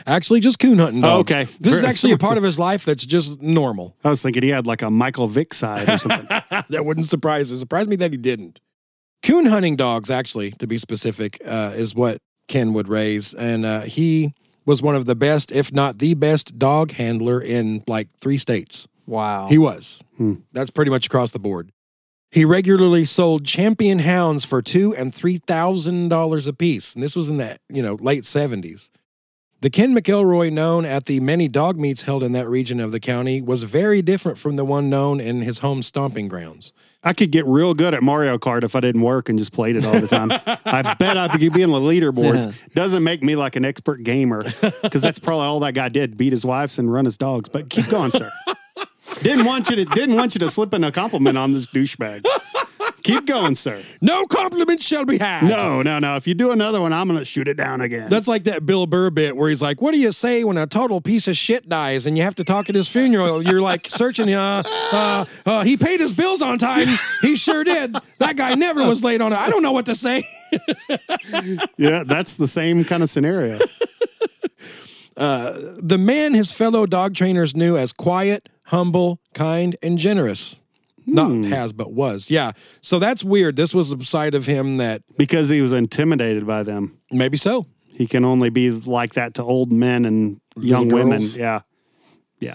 E: Actually, just coon hunting dogs.
C: Oh, okay.
E: This is
C: Very-
E: actually a part of his life that's just normal.
C: I was thinking he had like a Michael Vick side or something.
E: that wouldn't surprise me. Surprised me that he didn't. Coon hunting dogs, actually, to be specific, uh, is what Ken would raise, and uh, he was one of the best, if not the best, dog handler in like three states.
F: Wow.
E: He was. That's pretty much across the board. He regularly sold champion hounds for two and three thousand dollars a piece, and this was in the you know late seventies. The Ken McElroy known at the many dog meets held in that region of the county was very different from the one known in his home stomping grounds.
C: I could get real good at Mario Kart if I didn't work and just played it all the time. I bet I could be in the leaderboards.
F: Yeah.
C: Doesn't make me like an expert gamer because that's probably all that guy did: beat his wives and run his dogs. But keep going, sir. didn't want you to didn't want you to slip in a compliment on this douchebag. keep going, sir.
E: No compliments shall be had.
C: No, no, no. If you do another one, I'm gonna shoot it down again.
E: That's like that Bill Burr bit where he's like, "What do you say when a total piece of shit dies and you have to talk at his funeral? You're like searching. Uh, uh, uh, he paid his bills on time. He sure did. That guy never was late on it. I don't know what to say."
C: yeah, that's the same kind of scenario.
E: The man his fellow dog trainers knew as quiet, humble, kind, and generous. Not has, but was. Yeah. So that's weird. This was the side of him that
C: Because he was intimidated by them.
E: maybe so.
C: He can only be like that to old men and young
E: Little
C: women.
E: girls.
C: Yeah. Yeah.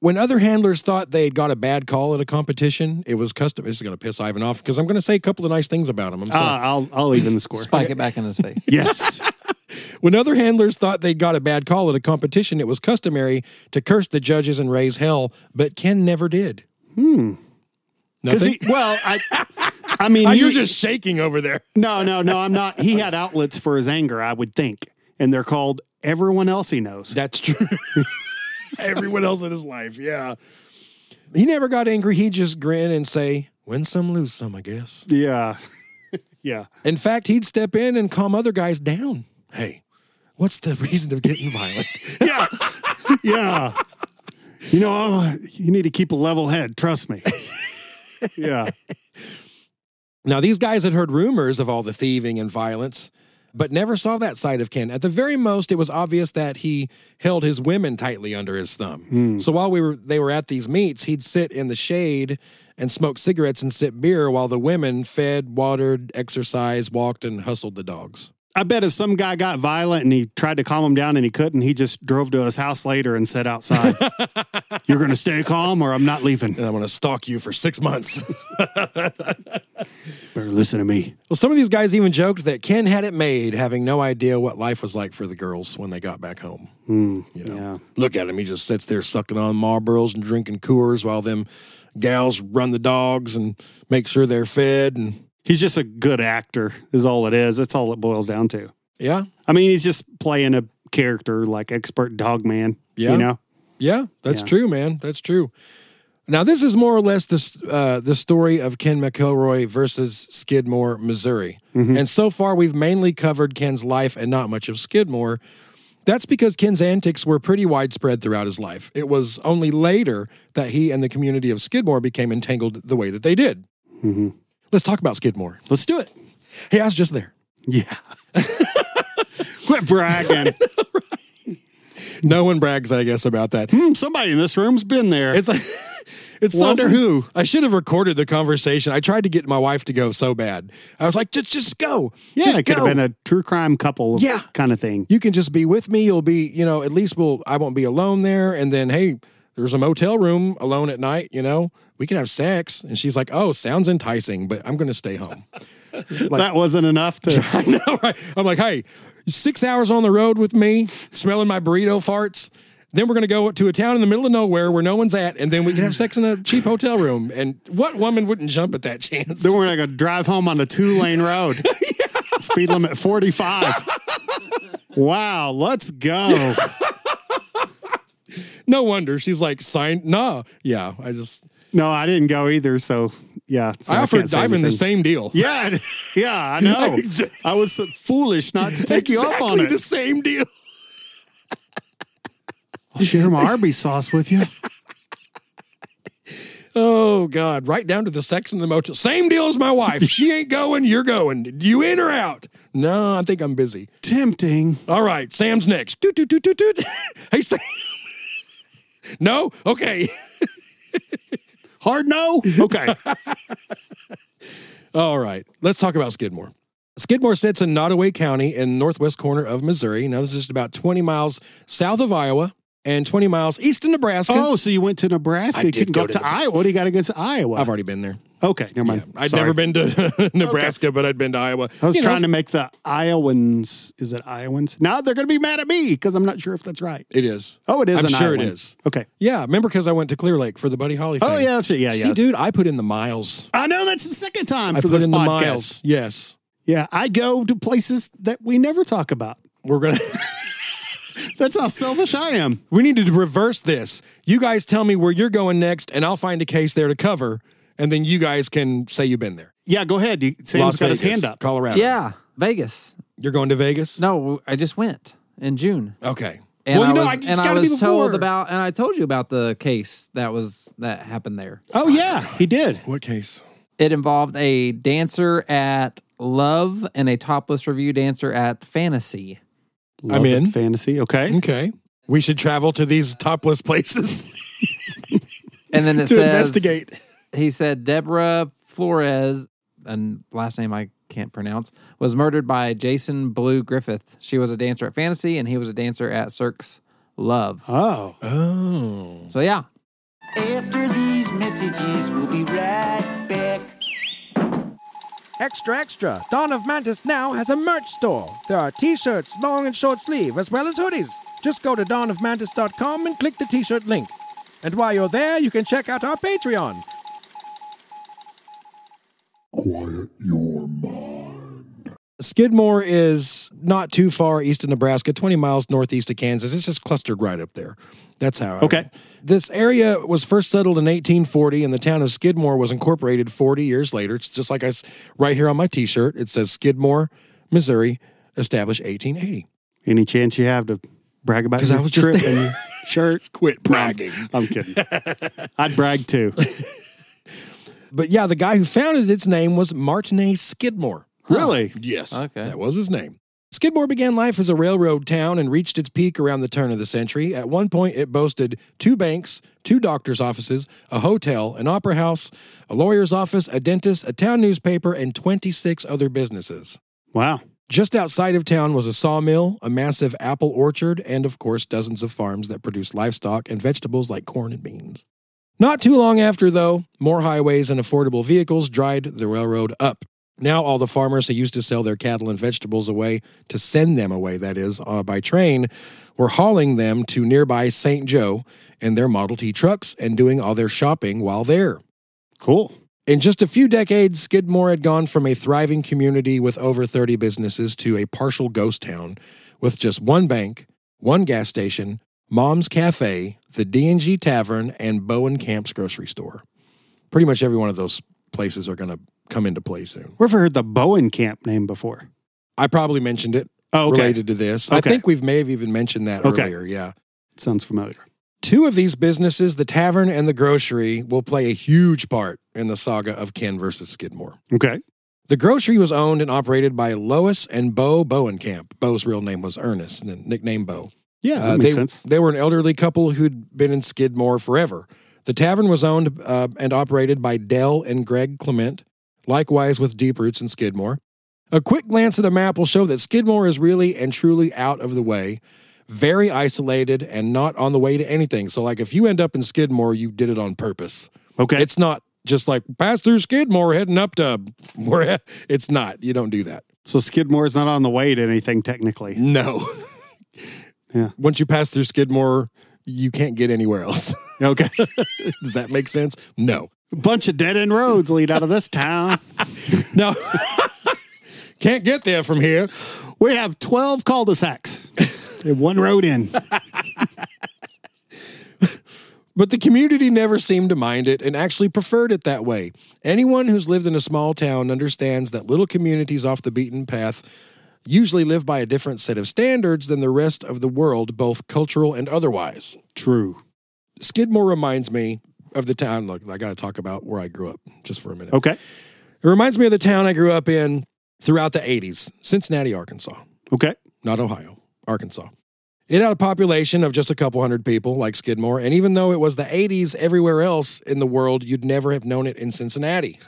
E: When other handlers thought they had got a bad call at a competition, it was custom. This is going to piss Ivan off because I'm going to say a couple of nice things about him. I'm sorry.
C: Uh, I'll I'll even the score.
F: Spike it back in his face.
C: Yes.
E: When other handlers thought they'd got a bad call at a competition, it was customary to curse the judges and raise hell, but Ken never did. Hmm.
C: Because
E: Nothing.
C: he, well, I, I mean,
E: Ah,
C: he-
E: you're just shaking over there.
C: no, no, no. I'm not. He had outlets for his anger, I would think, and they're called everyone else he knows.
E: That's true. Everyone else in his life, yeah. He never got angry. He just grin and say, "Win some, lose some," I guess.
C: yeah, yeah.
E: In fact, he'd step in and calm other guys down. Hey, what's the reason of getting violent?
C: Yeah. yeah. You know, I'm- you need to keep a level head. Trust me. Yeah.
E: Now, these guys had heard rumors of all the thieving and violence, but never saw that side of Ken. At the very most, it was obvious that he held his women tightly under his thumb. So while we were they were at these meets, he'd sit in the shade and smoke cigarettes and sip beer while the women fed, watered, exercised, walked, and hustled the dogs.
C: I bet if some guy got violent and he tried to calm him down and he couldn't, he just drove to his house later and said outside, You're going to stay calm or I'm not leaving.
E: And I'm going to stalk you for six months.
C: Better listen to me.
E: well, some of these guys even joked that Ken had it made, having no idea what life was like for the girls when they got back home. you know.
C: Yeah.
E: Look at him. He just sits there sucking on Marlboros and drinking Coors while them gals run the dogs and make sure they're fed. And
C: He's just a good actor, is all it is. That's all it boils down to.
E: yeah,
C: I mean, he's just playing a character like expert dog man.
E: Yeah.
C: You know?
E: yeah, that's
C: Yeah.
E: true, man. That's true. Now, this is more or less this, uh, the story of Ken McElroy versus Skidmore, Missouri. And so far, we've mainly covered Ken's life and not much of Skidmore. That's because Ken's antics were pretty widespread throughout his life. It was only later that he and the community of Skidmore became entangled the way that they did. Let's talk about Skidmore.
C: Let's do it.
E: Hey, I was just there.
C: Yeah. Quit bragging.
E: No one brags, I guess, about that.
C: Hmm, Somebody in this room's been there.
E: It's like it's
C: Wonder
E: something-
C: who.
E: I should have recorded the conversation. I tried to get my wife to go so bad. I was like, just just go.
C: yeah,
E: just
C: it could
E: go.
C: have been a true crime couple
E: Yeah.
C: kind of thing.
E: you can just be with me. You'll be, you know, at least we'll I won't be alone there. And then hey, there's a motel room alone at night, you know. We can have sex. And she's like, Oh, sounds enticing, but I'm gonna stay home.
C: that wasn't enough to.
E: I know, right? I'm like, hey, six hours on the road with me, smelling my burrito farts. Then we're going to go to a town in the middle of nowhere where no one's at, and then we can have sex in a cheap hotel room. And what woman wouldn't jump at that chance?
C: then we're going to drive home on a two lane road. Speed limit 45. wow, let's go.
E: No wonder she's like, signed. Nah, yeah. I just
C: no, I didn't go either. So, yeah. so
E: I offered
C: can't say
E: diving the
C: anything.
E: same deal.
C: Yeah, yeah, I know. I was foolish not to take you up on
E: Exactly
C: it.
E: the same deal.
C: I'll share my Arby's sauce with you.
E: Oh God! Right down to the sex in the motel. Same deal as my wife. she ain't going. You're going. Do you in or out? No, I think I'm busy.
C: Tempting.
E: All right, Sam's next. Doot, doot, doot, doot, doot. Hey, Sam. No? Okay.
C: Hard no? Okay.
E: All right. Let's talk about Skidmore. Skidmore sits in Nottoway County in northwest corner of Missouri. Now, this is just about 20 miles south of Iowa and 20 miles east of Nebraska.
C: oh, so you went to Nebraska.
E: I
C: You
E: did
C: couldn't
E: go
C: go, up
E: to
C: to
E: Nebraska.
C: Iowa. What do you got against Iowa?
E: I've already been there.
C: okay, never mind.
E: I'd
C: Sorry.
E: never been to Nebraska, but I'd been to Iowa.
C: I was trying to make the Iowans. Is it Iowans? Now they're going to be mad at me because I'm not sure if that's right.
E: It is.
C: Oh, it is.
E: I'm
C: an
E: sure it
C: Iowan.
E: is.
C: Okay.
E: Yeah, remember because I went to Clear Lake for the Buddy Holly thing.
C: Oh yeah, that's it. Yeah,
E: See,
C: yeah.
E: dude, I put in the miles.
C: I know that's the second time
E: I
C: for
E: put
C: this
E: in the
C: podcast.
E: miles. Yes.
C: Yeah, I go to places that we never talk about.
E: We're going to.
C: That's how selfish I am.
E: We need to reverse this. You guys tell me where you're going next, and I'll find a case there to cover, and then you guys can say you've been there.
C: Yeah, go ahead. You- Sam's
E: Las
C: got his
E: Vegas,
C: hand up.
E: Colorado.
F: Yeah, Vegas.
E: you're going to Vegas.
F: No, I just went in June.
E: Okay.
F: And
E: well, you
F: I
E: know, I,
F: was,
E: it's
F: and I
E: got to be
F: was told
E: before.
F: about, and I told you about the case that was that happened there.
C: Oh yeah, he did.
E: what case?
F: It involved a dancer at Love and a topless review dancer at Fantasy.
C: Love
E: I'm
C: it,
E: in. Mm-hmm.
C: fantasy. Okay.
E: Okay. We should travel to these topless places
F: And then it
E: to
F: says
E: investigate.
F: he said Deborah Flores, and last name I can't pronounce, was murdered by Jason Blue Griffith. She was a dancer at Fantasy, and he was a dancer at Cirque's Love.
C: Oh,
E: Oh.
F: So yeah,
G: After these messages, we'll be right back.
H: Extra, extra! Dawn of Mantis now has a merch store. There are t shirts, long and short sleeve, as well as hoodies. Just go to dawnofmantis.com and click the t shirt link. And while you're there, you can check out our Patreon.
A: Quiet your mind.
E: Skidmore is not too far east of Nebraska, 20 miles northeast of Kansas. It's just clustered right up there. That's how. I-
C: Okay.
E: This area was first settled in 1840, and the town of Skidmore was incorporated 40 years later. It's just like I s- right here on my T-shirt. It says Skidmore, Missouri, established 1880.
C: any chance you have to brag about?
E: 'Cause
C: your
E: I was just
C: trip
E: there.
C: and your shirt.
E: Quit
C: No, I'm- I'm kidding. I'd brag too.
E: But yeah, the guy who founded its name was Martinet Skidmore.
C: Really?
E: Yes.
F: Okay.
E: That was his name. Skidmore began life as a railroad town and reached its peak around the turn of the century. At one point, it boasted two banks, two doctor's offices, a hotel, an opera house, a lawyer's office, a dentist, a town newspaper, and 26 other businesses.
C: Wow.
E: Just outside of town was a sawmill, a massive apple orchard, and of course, dozens of farms that produced livestock and vegetables like corn and beans. Not too long after, though, more highways and affordable vehicles dried the railroad up. Now, all the farmers who used to sell their cattle and vegetables away, to send them away, that is, uh, by train, were hauling them to nearby St. Joe in their Model T trucks and doing all their shopping while there.
C: Cool.
E: In just a few decades, Skidmore had gone from a thriving community with over 30 businesses to a partial ghost town with just one bank, one gas station, Mom's Cafe, the D&G Tavern, and Bowen Camp's grocery store. Pretty much every one of those places are going to come into play soon.
C: We've heard the Bowen Camp name before.
E: I probably mentioned it
C: Oh, okay.
E: related to this. I
C: Okay.
E: think we may have even mentioned that
C: Okay.
E: earlier, yeah.
C: Sounds familiar.
E: Two of these businesses, the tavern and the grocery, will play a huge part in the saga of Ken versus Skidmore.
C: Okay.
E: The grocery was owned and operated by Lois and Bo Bowenkamp. Bo's real name was Ernest, and then nicknamed Bo.
C: Yeah, that
E: Uh,
C: makes
E: they,
C: sense.
E: They were an elderly couple who'd been in Skidmore forever. The tavern was owned uh, and operated by Dell and Greg Clement, likewise with deep roots in Skidmore. A quick glance at a map will show that Skidmore is really and truly out of the way, very isolated, and not on the way to anything. So, like, if you end up in Skidmore, you did it on purpose.
C: Okay.
E: It's not just like pass through Skidmore heading up to where it's not. You don't do that.
C: so Skidmore's not on the way to anything technically.
E: No.
C: Yeah.
E: Once you pass through Skidmore, you can't get anywhere else.
C: Okay.
E: Does that make sense? No.
C: Bunch of dead end roads lead out of this town.
E: No. can't get there from here.
C: We have 12 cul-de-sacs and one road in.
E: But the community never seemed to mind it and actually preferred it that way. Anyone who's lived in a small town understands that little communities off the beaten path usually live by a different set of standards than the rest of the world, both cultural and otherwise.
C: True.
E: Skidmore reminds me of the town. Look, I got to talk about where I grew up just for a minute.
C: Okay.
E: It reminds me of the town I grew up in throughout the 80s Cincinnati, Arkansas,
C: Okay.
E: not Ohio, Arkansas. It had a population of just a couple hundred people, like Skidmore. And even though it was the 80s everywhere else in the world, you'd never have known it in Cincinnati.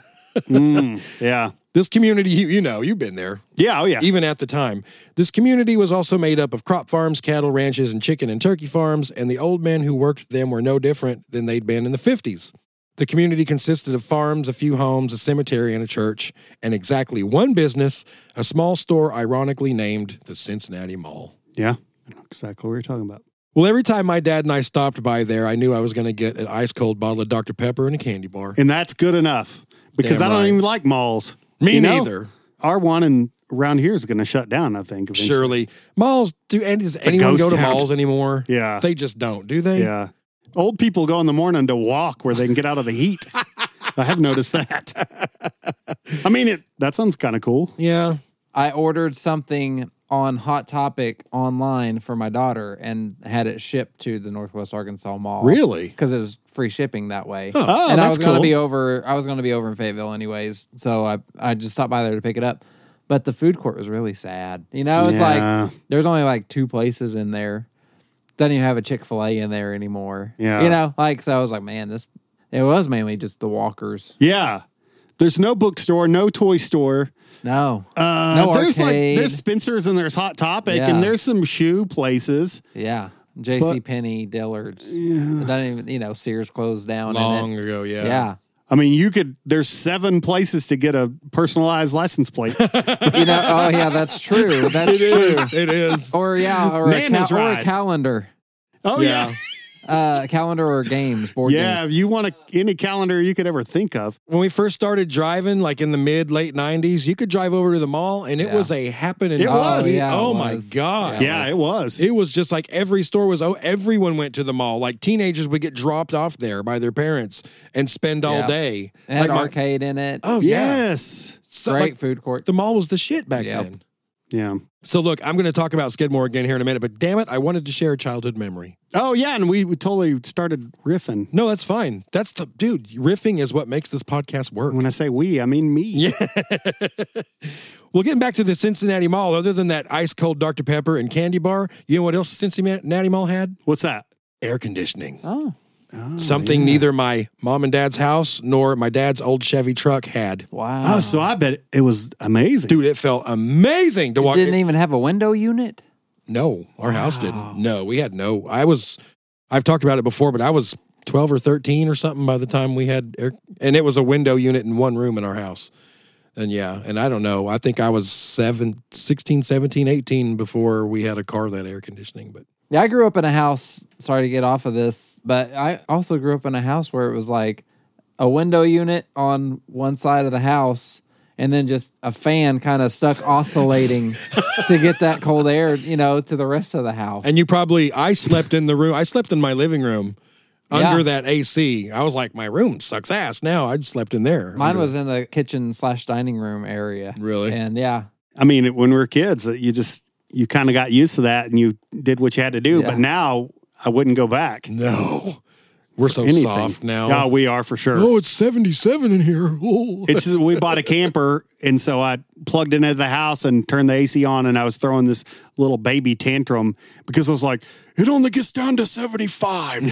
C: Mm, yeah.
E: This community, you, you know, you've been there,
C: Yeah. Oh, yeah.
E: even at the time. This community was also made up of crop farms, cattle ranches, and chicken and turkey farms, and the old men who worked them were no different than they'd been in the 50s. The community consisted of farms, a few homes, a cemetery, and a church, and exactly one business, a small store ironically named the Cincinnati Mall.
C: Yeah. I know exactly what you're talking about.
E: Well, every time my dad and I stopped by there, I knew I was going to get an ice cold bottle of Dr. Pepper and a candy bar.
C: And that's good enough because
E: Damn
C: I don't
E: right.
C: even like malls.
E: Me
C: You know,
E: neither.
C: Our one and around here is going to shut down, I think. eventually.
E: Surely. Malls, do and does
C: a
E: anyone
C: ghost
E: go to
C: town.
E: malls anymore?
C: Yeah.
E: They just don't, do they?
C: Yeah. Old people go in the morning to walk where they can get out of the heat. I have noticed that. I mean, it. that sounds kind of cool.
E: Yeah.
F: I ordered something on Hot Topic online for my daughter and had it shipped to the Northwest Arkansas Mall.
E: Really?
F: Because it was free shipping that way.
C: Oh,
F: and I
C: that's
F: was gonna
C: cool.
F: be over I was gonna be over in Fayetteville anyways. So I I just stopped by there to pick it up. But the food court was really sad. You know, it's
C: Yeah.
F: like there's only like two places in there. Doesn't even have a Chick fil A in there anymore.
C: Yeah.
F: You know, like so I was like, man, this it was mainly just the walkers.
C: Yeah. There's no bookstore, no toy store.
F: No.
C: Uh,
F: no
C: there's like
F: arcade.
C: there's Spencer's and there's Hot Topic
F: Yeah.
C: and there's some shoe places.
F: Yeah. J.C. Penney, Dillard's. Yeah. Doesn't even, you know, Sears closed down.
E: Long
F: And
E: ago, yeah.
F: then, yeah.
C: I mean, you could. There's seven places to get a personalized license plate.
F: You know, oh, yeah, that's true. That's
E: It
F: true.
E: is. It is.
F: Or, yeah, or, a,
C: Man
F: cal-
C: is
F: or a
C: right.
F: calendar.
C: oh yeah, yeah.
F: Uh, calendar or games, board games.
C: If you want a, any calendar you could ever think of,
E: When we first started driving, like in the mid late '90s, you could drive over to the mall, and it
F: Yeah.
E: was a happening.
C: It was.
E: Oh,
C: Oh,
F: yeah, it
E: my
F: was.
E: god!
C: yeah, it was.
E: It was just like every store was. Oh, everyone went to the mall. Like teenagers would get dropped off there by their parents and spend all
F: Yeah.
E: day.
F: It had
E: Like my-
F: arcade in it.
E: oh yeah,
C: yes,
E: So,
F: Great
E: like,
F: food court.
E: the mall was the shit back
F: Yep.
E: then.
C: yeah.
E: So look, I'm going to talk about Skidmore again here in a minute, but damn it, I wanted to share a childhood memory.
C: Oh yeah, and we, we totally started riffing.
E: No, that's fine. That's the dude. Riffing is what makes this podcast work.
C: When I say we, I mean me. Yeah.
E: Well, getting back to the Cincinnati Mall, other than that ice cold Dr. Pepper and candy bar, you know what else the Cincinnati Mall had?
C: What's that?
E: Air conditioning.
F: oh,
E: Something neither my mom and dad's house nor my dad's old Chevy truck had.
F: wow.
C: Oh, so I bet it was amazing.
E: Dude, it felt amazing to
F: it
E: walk
F: didn't e- even have a window unit?
E: No, our house didn't. No, we had no. I was, I've talked about it before, but I was 12 or 13 or something by the time we had air, and it was a window unit in one room in our house. And yeah, and I don't know. I think I was seven, 16, 17, 18 before we had a car that had air conditioning, but
F: Yeah, I grew up in a house. Sorry to get off of this, but I also grew up in a house where it was like a window unit on one side of the house, and then just a fan kind of stuck oscillating to get that cold air, you know, to the rest of the house.
E: And you probably, I slept in the room. I slept in my living room under
F: Yeah.
E: that AC. I was like, my room sucks ass now. I slept in there.
F: Mine was in the kitchen slash dining room area.
E: Really?
F: And yeah,
C: I mean, it- when we were kids, uh, you just you kind of got used to that and you did what you had to do.
F: Yeah.
C: But now I wouldn't go back.
E: no. We're so
C: anything.
E: soft now.
C: Yeah, we are for sure.
E: oh, it's 77 in here. Oh.
C: It's just, we bought a camper, and so I plugged into the house and turned the AC on, and I was throwing this little baby tantrum because I was like, it only gets down to seventy five,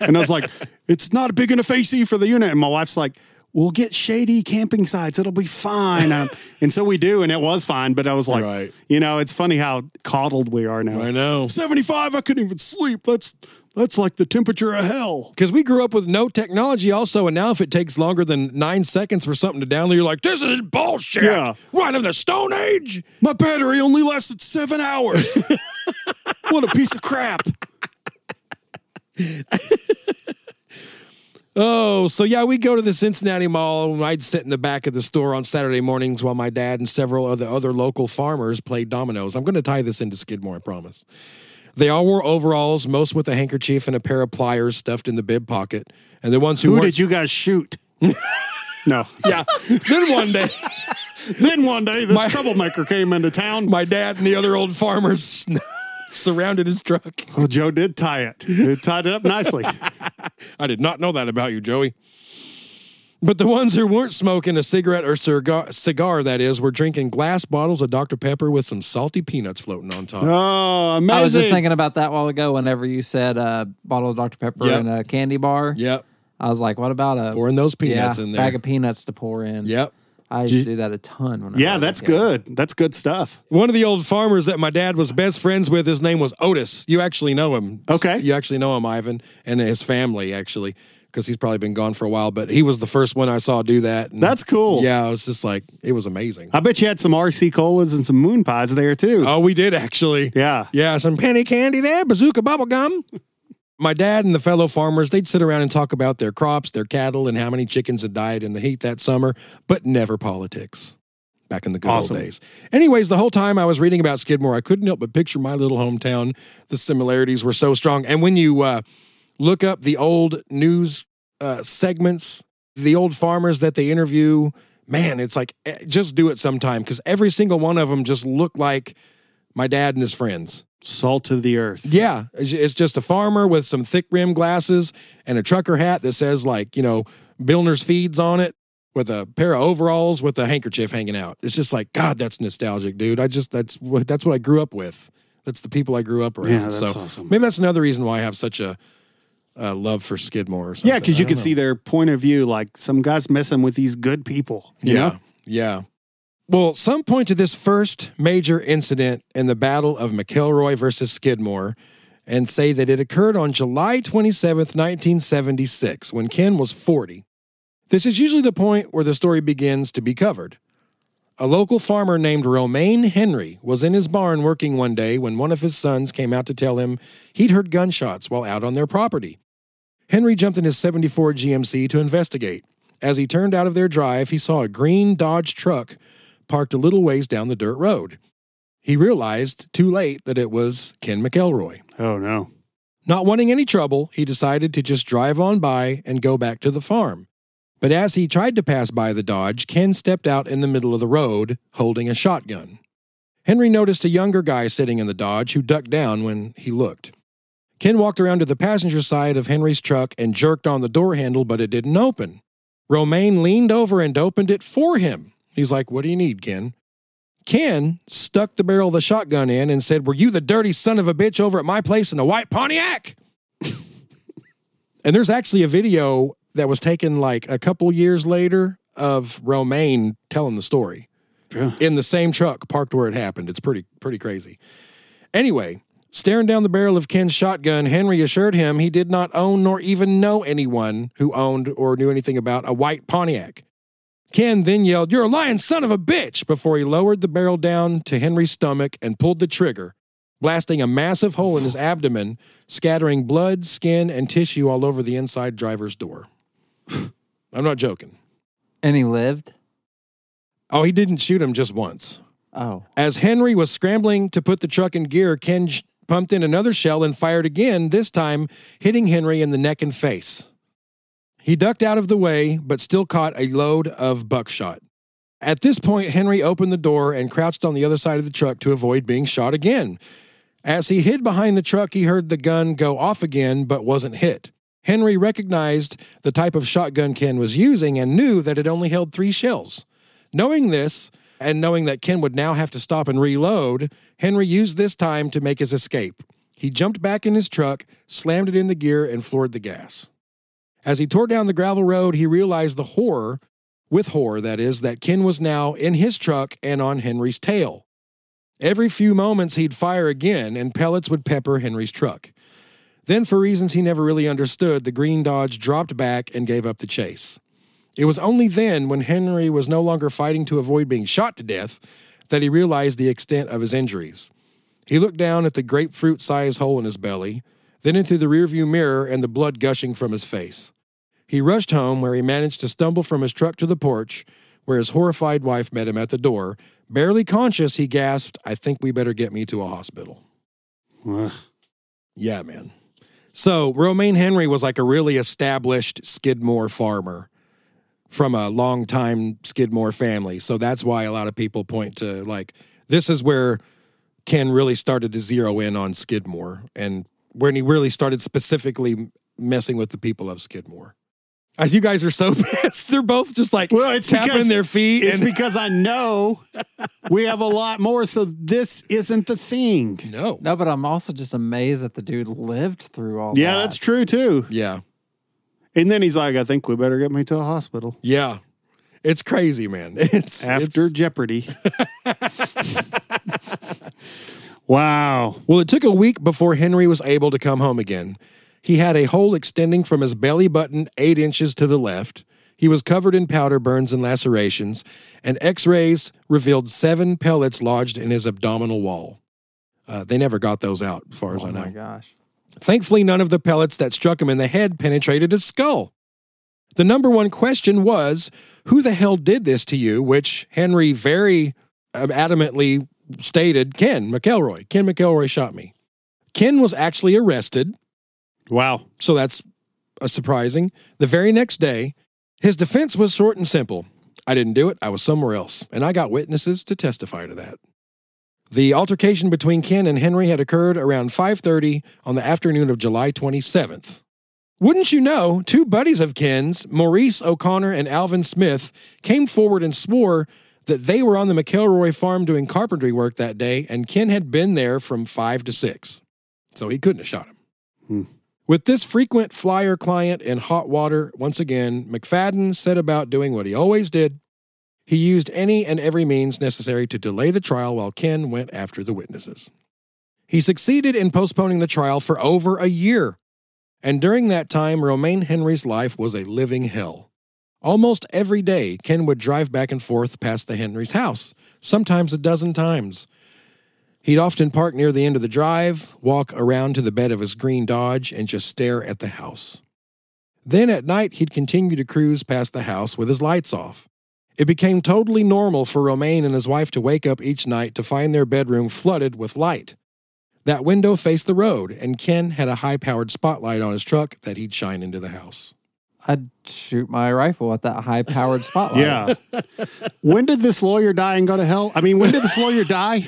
C: and I was like, it's not a big enough AC for the unit, and my wife's like. We'll get shady camping sites. It'll be fine. Um, and so we do, and it was fine. But I was like,
E: Right.
C: you know, it's funny how coddled we are now.
E: I know.
C: 75, I couldn't even sleep. That's that's like the temperature of hell.
E: Because we grew up with no technology, also, and now if it takes longer than nine seconds for something to download, you're like, "This is bullshit!
C: Yeah.
E: Right in the Stone Age."
C: My battery only lasted seven hours. what a piece of crap.
E: Oh, so yeah, we go to the Cincinnati Mall, and I'd sit in the back of the store on Saturday mornings while my dad and several other other local farmers played dominoes. I'm going to tie this into Skidmore, I promise. They all wore overalls, most with a handkerchief and a pair of pliers stuffed in the bib pocket. And the ones who,
C: Who
E: weren't-
C: did you guys shoot? no.
E: Yeah. then one day,
C: Then one day, this troublemaker came into town.
E: my dad and the other old farmers surrounded his truck.
C: Well, Joe did tie it. It tied it up nicely.
E: I did not know that about you, Joey. But the ones who weren't smoking a cigarette or cigar, cigar that is, were drinking glass bottles of Dr. Pepper with some salty peanuts floating on top.
C: Oh, amazing.
F: I was just thinking about that while ago. Whenever you said uh, bottle of Dr Pepper
E: Yep.
F: and a candy bar,
E: Yep.
F: I was like, what about a
E: Pouring those peanuts
F: yeah,
E: in there.
F: Bag of peanuts to pour in.
E: Yep.
F: I used to do that a ton. When I
C: Yeah,
F: was a
C: that's
F: kid.
C: good. That's good stuff.
E: One of the old farmers that my dad was best friends with, his name was Otis. You actually know him.
C: Okay.
E: You actually know him, Ivan, and his family, actually, because he's probably been gone for a while, but he was the first one I saw do that. and-
C: That's cool.
E: Yeah, it was just like, it was amazing.
C: I bet you had some RC colas and some moon pies there too.
E: Oh, we did actually.
C: Yeah.
E: Yeah, some penny candy there, bazooka bubble gum. My dad and the fellow farmers, they'd sit around and talk about their crops, their cattle, and how many chickens had died in the heat that summer, but never politics. Back in the good
C: Awesome.
E: old days. Anyways, the whole time I was reading about Skidmore, I couldn't help but picture my little hometown. The similarities were so strong. And when you uh, look up the old news uh, segments, the old farmers that they interview, man, it's like eh, just do it sometime because every single one of them just looked like my dad and his friends.
C: Salt of the earth.
E: Yeah, it's it's just a farmer with some thick rim glasses and a trucker hat that says like you know Billner's Feeds on it, with a pair of overalls with a handkerchief hanging out. It's just like God, that's nostalgic, dude. I just that's what that's what I grew up with. That's the people I grew up around.
C: Yeah, that's
E: so
C: awesome.
E: maybe that's another reason why I have such a, uh love for Skidmore. Or something.
C: Yeah, because you
E: I
C: can
F: Oh.
E: don't know.
C: see their point of view. Like some guys messing with these good people. you
E: Yeah.
C: know?
E: Yeah. Well, some point to this first major incident in the Battle of McElroy versus Skidmore and say that it occurred on July 27th, 1976, when Ken was 40. This is usually the point where the story begins to be covered. A local farmer named Romaine Henry was in his barn working one day when one of his sons came out to tell him he'd heard gunshots while out on their property. Henry jumped in his 74 GMC to investigate. As he turned out of their drive, he saw a green Dodge truck parked a little ways down the dirt road. He realized too late that it was Ken McElroy.
C: Oh no.
E: Not wanting any trouble, he decided to just drive on by and go back to the farm. But as he tried to pass by the Dodge, Ken stepped out in the middle of the road holding a shotgun. Henry noticed a younger guy sitting in the Dodge who ducked down when he looked. Ken walked around to the passenger side of Henry's truck and jerked on the door handle, but it didn't open. Romaine leaned over and opened it for him. He's like, What do you need, Ken? Ken stuck the barrel of the shotgun in and said, Were you the dirty son of a bitch over at my place in the white Pontiac? and there's actually a video that was taken like a couple years later of Romaine telling the story in the same truck parked where it happened. It's pretty, pretty crazy. Anyway, staring down the barrel of Ken's shotgun, Henry assured him he did not own nor even know anyone who owned or knew anything about a white Pontiac. Ken then yelled, You're a lying son of a bitch, before he lowered the barrel down to Henry's stomach and pulled the trigger, blasting a massive hole in his abdomen, scattering blood, skin, and tissue all over the inside driver's door. I'm not joking.
F: And he lived.
E: Oh, he didn't shoot him just once.
F: Oh,
E: As Henry was scrambling to put the truck in gear, Ken sh- pumped in another shell and fired again, this time hitting Henry in the neck and face. He ducked out of the way, but still caught a load of buckshot. At this point, Henry opened the door and crouched on the other side of the truck to avoid being shot again. As he hid behind the truck, he heard the gun go off again, but wasn't hit. Henry recognized the type of shotgun Ken was using and knew that it only held three shells. Knowing this, and knowing that Ken would now have to stop and reload, Henry used this time to make his escape. He jumped back in his truck, slammed it in the gear, and floored the gas. As he tore down the gravel road, he realized the horror, with horror that is, that Ken was now in his truck and on Henry's tail. Every few moments, he'd fire again, and pellets would pepper Henry's truck. Then, for reasons he never really understood, the green Dodge dropped back and gave up the chase. It was only then, when Henry was no longer fighting to avoid being shot to death, that he realized the extent of his injuries. He looked down at the grapefruit sized hole in his belly, then into the rearview mirror and the blood gushing from his face. He rushed home, where he managed to stumble from his truck to the porch, where his horrified wife met him at the door. Barely conscious, he gasped, I think we better get me to a hospital.
C: Ugh.
E: Yeah, man. So Romaine Henry was like a really established Skidmore farmer from a long time Skidmore family. So that's why a lot of people point to like this is where Ken really started to zero in on Skidmore and when he really started specifically messing with the people of Skidmore. As you guys are so pissed, they're both just like
C: Well, it's
E: tapping
C: because-
E: their feet.
C: It's
E: and,
C: because I know we have a lot more, so this isn't the thing.
E: no.
F: No, but I'm also just amazed that the dude lived through all that.
C: Yeah, that's true too.
E: Yeah.
C: And then he's like, I think we better get me to a hospital.
E: Yeah. It's crazy, man. It's
C: After
E: it's-
C: Jeopardy. wow.
E: Well, it took a week before Henry was able to come home again. He had a hole extending from his belly button eight inches to the left. He was covered in powder burns and lacerations, and x rays revealed seven pellets lodged in his abdominal wall. Uh, they never got those out, as far as
F: Oh
E: I know.
F: my gosh.
E: Thankfully, none of the pellets that struck him in the head penetrated his skull. The number one question was, Who the hell did this to you? Which Henry very um, adamantly stated, Ken McElroy. Ken McElroy shot me. Ken was actually arrested,
C: Wow.
E: so that's uh, surprising. The very next day, his defense was short and simple. I didn't do it, I was somewhere else, and I got witnesses to testify to that. The altercation between Ken and Henry had occurred around 5:30 on the afternoon of July 27th. Wouldn't you know, two buddies of Ken's, Maurice O'Connor and Alvin Smith, came forward and swore that they were on the McElroy farm doing carpentry work that day and Ken had been there from 5 to 6. So he couldn't have shot him. With this frequent flyer client in hot water once again, McFadden set about doing what he always did. He used any and every means necessary to delay the trial while Ken went after the witnesses. He succeeded in postponing the trial for over a year. And during that time, Romaine Henry's life was a living hell. Almost every day, Ken would drive back and forth past the Henry's house, sometimes a dozen times. He'd often park near the end of the drive, walk around to the bed of his green Dodge, and just stare at the house. Then at night, he'd continue to cruise past the house with his lights off. It became totally normal for Romaine and his wife to wake up each night to find their bedroom flooded with light. That window faced the road, and Ken had a high powered spotlight on his truck that he'd shine into the house.
F: I'd shoot my rifle at that high powered spotlight.
C: Yeah. when did this lawyer die and go to hell? I mean, when did this lawyer die?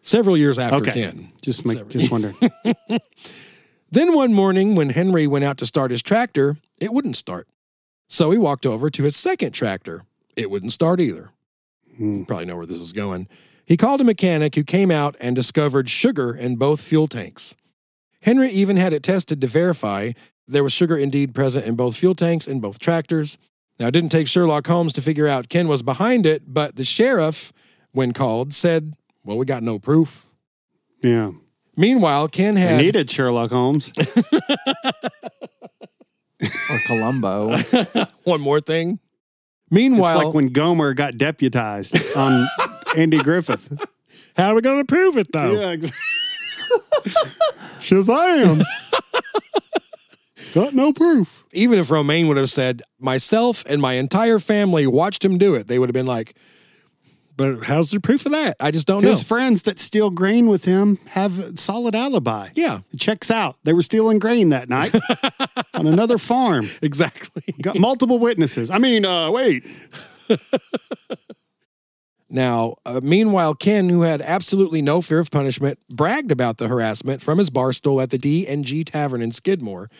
E: Several years after
C: Okay.
E: Ken.
C: Just make, just wondering.
E: Then one morning, when Henry went out to start his tractor, it wouldn't start. So he walked over to his second tractor. It wouldn't start either. You probably know where this is going. He called a mechanic who came out and discovered sugar in both fuel tanks. Henry even had it tested to verify there was sugar indeed present in both fuel tanks and both tractors. Now, it didn't take Sherlock Holmes to figure out Ken was behind it, but the sheriff, when called, said, Well, we got no proof.
C: Yeah.
E: Meanwhile, Ken
C: I
E: had.
C: needed Sherlock Holmes.
F: Or Columbo.
E: one more thing.
C: It's
E: Meanwhile,
C: like when Gomer got deputized on Andy Griffith.
E: how are we going to prove it though?
C: Yeah. ex- Shazam. Got no proof.
E: Even if Romaine would have said, myself and my entire family watched him do it, they would have been like, but how's the proof of that? I just don't know.
C: His friends that steal grain with him have a solid alibi.
E: yeah,
C: It checks out. They were stealing grain that night on another farm.
E: exactly.
C: Got multiple witnesses. I mean, uh, wait.
E: Now, uh, meanwhile, Ken, who had absolutely no fear of punishment, bragged about the harassment from his bar stool at the D and G Tavern in Skidmore,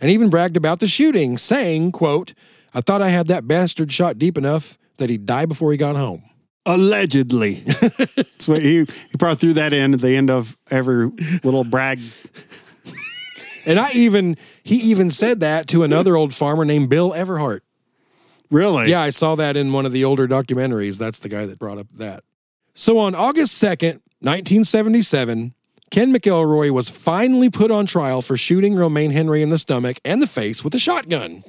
E: and even bragged about the shooting, saying, quote, I thought I had that bastard shot deep enough that he'd die before he got home.
C: Allegedly. That's what he, he probably threw that in at the end of every little brag.
E: And I even, he even said that to another old farmer named Bill Everhart.
C: Really?
E: Yeah, I saw that in one of the older documentaries. That's the guy that brought up that. So on August 2nd, 1977, Ken McElroy was finally put on trial for shooting Romaine Henry in the stomach and the face with a shotgun.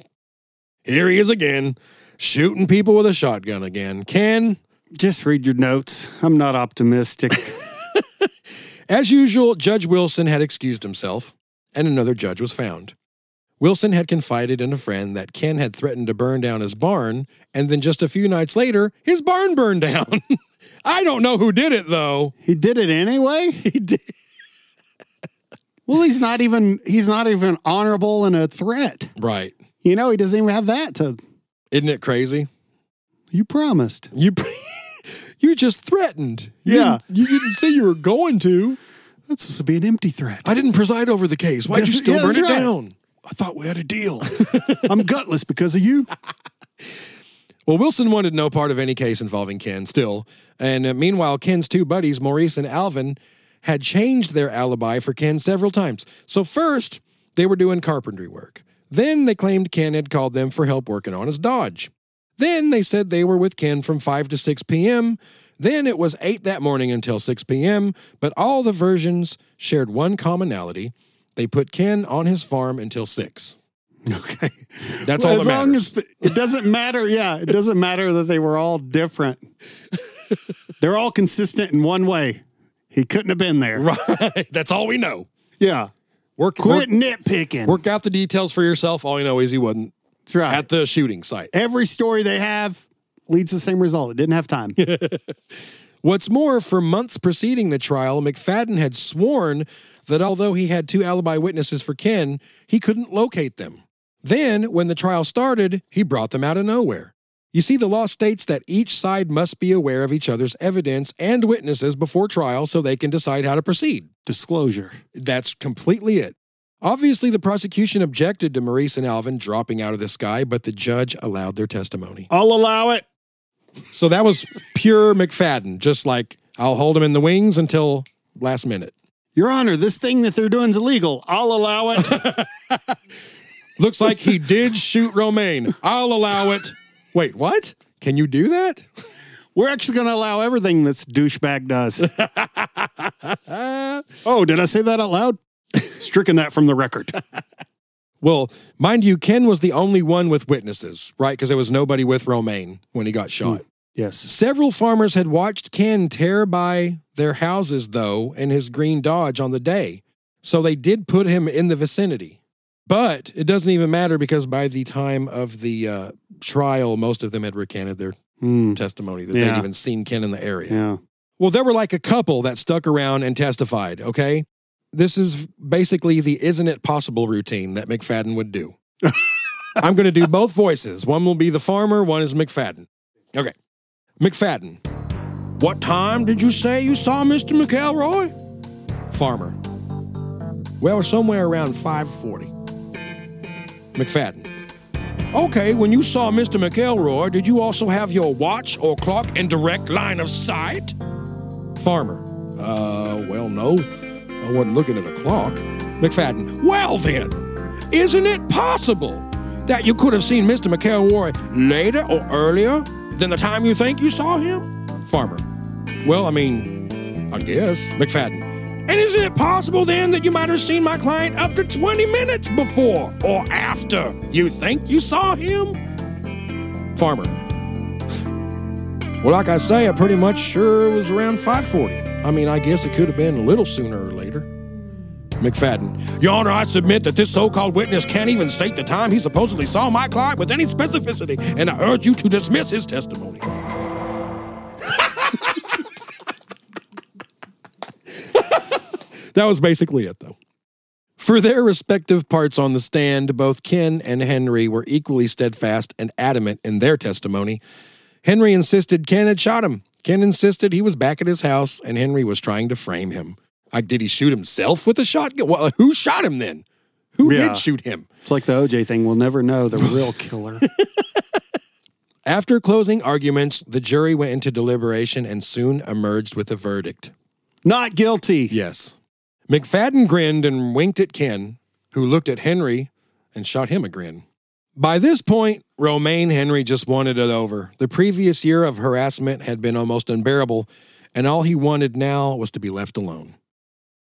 E: Here he is again, shooting people with a shotgun again. Ken,
C: Just read your notes. I'm not optimistic.
E: as usual, Judge Wilson had excused himself, and another judge was found. Wilson had confided in a friend that Ken had threatened to burn down his barn, and then just a few nights later, his barn burned down. I don't know who did it though.
C: he did it anyway.
E: He did.
C: Well, he's not even he's not even honorable and a threat.
E: Right.
C: You know, he doesn't even have that to
E: Isn't it crazy?
C: you promised.
E: You you just threatened. You
C: Yeah.
E: didn't- you didn't say you were going to.
C: That's supposed to be an empty threat.
E: I didn't preside over the case. Why'd
C: Yes,
E: you still
C: yeah,
E: burn
C: that's
E: it
C: right.
E: down? I thought we had a deal.
C: I'm gutless because of you.
E: Well, Wilson wanted no part of any case involving Ken still. And uh, meanwhile, Ken's two buddies, Maurice and Alvin, had changed their alibi for Ken several times. So, first, they were doing carpentry work. Then they claimed Ken had called them for help working on his Dodge. Then they said they were with Ken from 5 to 6 p.m. Then it was 8 that morning until 6 p.m. But all the versions shared one commonality they put Ken on his farm until 6.
C: Okay.
E: That's all
C: as
E: that
C: long
E: matters.
C: as it doesn't matter, yeah, it doesn't matter that they were all different. They're all consistent in one way. He couldn't have been there.
E: right. That's all we know.
C: Yeah.
E: Work,
C: Quit nitpicking.
E: Work out the details for yourself. All you know is he wasn't
C: That's right.
E: at the shooting site.
C: Every story they have leads to the same result. It didn't have time.
E: What's more, for months preceding the trial, McFadden had sworn that although he had two alibi witnesses for Ken, he couldn't locate them. Then, when the trial started, he brought them out of nowhere. You see, the law states that each side must be aware of each other's evidence and witnesses before trial so they can decide how to proceed.
C: Disclosure.
E: That's completely it. Obviously, the prosecution objected to Maurice and Alvin dropping out of the sky, but the judge allowed their testimony.
C: I'll allow it.
E: So that was pure McFadden, just like I'll hold him in the wings until last minute.
C: Your Honor, this thing that they're doing is illegal. I'll allow it.
E: Looks like he did shoot Romaine. I'll allow it. Wait, what? Can you do that?
C: We're actually going to allow everything this douchebag does. oh, did I say that out loud? Stricken that from the record.
E: Well, mind you, Ken was the only one with witnesses, right? Because there was nobody with Romaine when he got shot.
C: Yes.
E: Several farmers had watched Ken tear by their houses, though, in his green Dodge on the day. So they did put him in the vicinity. But it doesn't even matter because by the time of the uh, trial, most of them had recanted their
C: Hmm.
E: testimony that
C: Yeah.
E: they'd even seen Ken in the area.
C: yeah.
E: Well, there were like a couple that stuck around and testified, okay? This is basically the isn't it possible routine that McFadden would do. I'm going to do both voices. One will be the farmer, one is McFadden. Okay. McFadden. What time did you say you saw Mr. McElroy? Farmer. Well, somewhere around 540. McFadden. Okay, when you saw Mr. McElroy, did you also have your watch or clock in direct line of sight? Farmer. Uh, well, no. I wasn't looking at a clock. McFadden. Well, then, isn't it possible that you could have seen Mr. McElroy later or earlier than the time you think you saw him? Farmer. Well, I mean, I guess. McFadden. And isn't it possible then that you might have seen my client up to 20 minutes before or after you think you saw him? Farmer. Well, like I say, I pretty much sure it was around 5:40. I mean, I guess it could have been a little sooner or later. McFadden, Your Honor, I submit that this so-called witness can't even state the time he supposedly saw my client with any specificity, and I urge you to dismiss his testimony. that was basically it, though. For their respective parts on the stand, both Ken and Henry were equally steadfast and adamant in their testimony. Henry insisted Ken had shot him. Ken insisted he was back at his house and Henry was trying to frame him. Like, did he shoot himself with a shotgun? Well, who shot him then? Who
C: Yeah.
E: did shoot him?
C: It's like the OJ thing. We'll never know the real killer.
E: After closing arguments, the jury went into deliberation and soon emerged with a verdict.
C: Not guilty.
E: Yes. McFadden grinned and winked at Ken, who looked at Henry and shot him a grin. By this point, Romaine Henry just wanted it over. The previous year of harassment had been almost unbearable, and all he wanted now was to be left alone.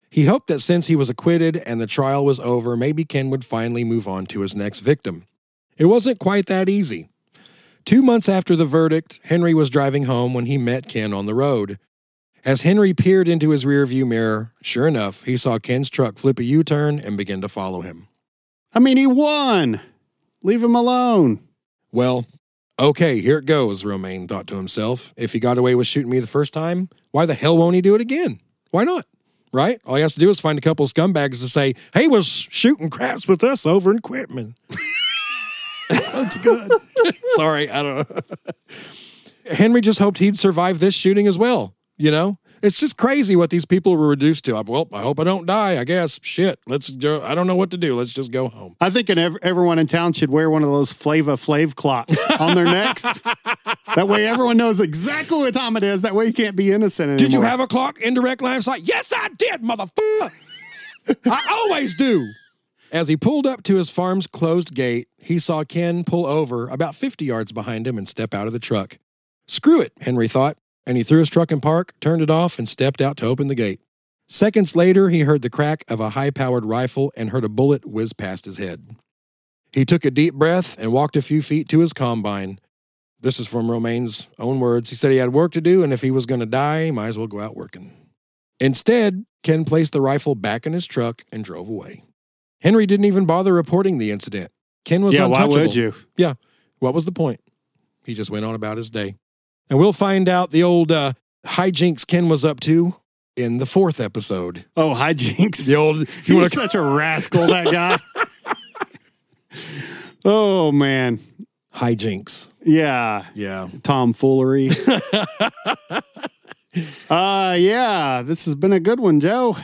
E: He hoped that since he was acquitted and the trial was over, maybe Ken would finally move on to his next victim. It wasn't quite that easy. Two months after the verdict, Henry was driving home when he met Ken on the road. As Henry peered into his rearview mirror, sure enough, he saw Ken's truck flip a U turn and begin to follow him.
C: I mean, he won. Leave him alone.
E: Well, okay, here it goes, Romaine thought to himself. If he got away with shooting me the first time, why the hell won't he do it again? Why not? Right? All he has to do is find a couple scumbags to say, hey, was shooting craps with us over in Quitman. That's good. Sorry, I don't know. Henry just hoped he'd survive this shooting as well. You know, it's just crazy what these people were reduced to. I, well, I hope I don't die. I guess shit. Let's. do- I don't know what to do. Let's just go home.
C: I think an ev- everyone in town should wear one of those Flava Flav clocks on their necks. that way, everyone knows exactly what time it is. That way, you can't be innocent anymore.
E: Did you have a clock in direct line of sight? Yes, I did, motherfucker. I always do. As he pulled up to his farm's closed gate, he saw Ken pull over about 50 yards behind him and step out of the truck. Screw it, Henry thought, and he threw his truck in park, turned it off, and stepped out to open the gate. Seconds later, he heard the crack of a high powered rifle and heard a bullet whiz past his head. He took a deep breath and walked a few feet to his combine. This is from Romaine's own words. He said he had work to do, and if he was going to die, he might as well go out working. Instead, Ken placed the rifle back in his truck and drove away. Henry didn't even bother reporting the incident. Ken was
C: Yeah, why
E: untouchable.
C: would you?
E: Yeah. What was the point? He just went on about his day. And we'll find out the old uh, hijinks Ken was up to in the fourth episode.
C: Oh, hijinks.
E: The old, if you
C: He's
E: want to.
C: such a rascal, that guy. oh, man.
E: Hijinks.
C: Yeah.
E: Yeah.
C: Tomfoolery. uh, yeah. This has been a good one, Joe.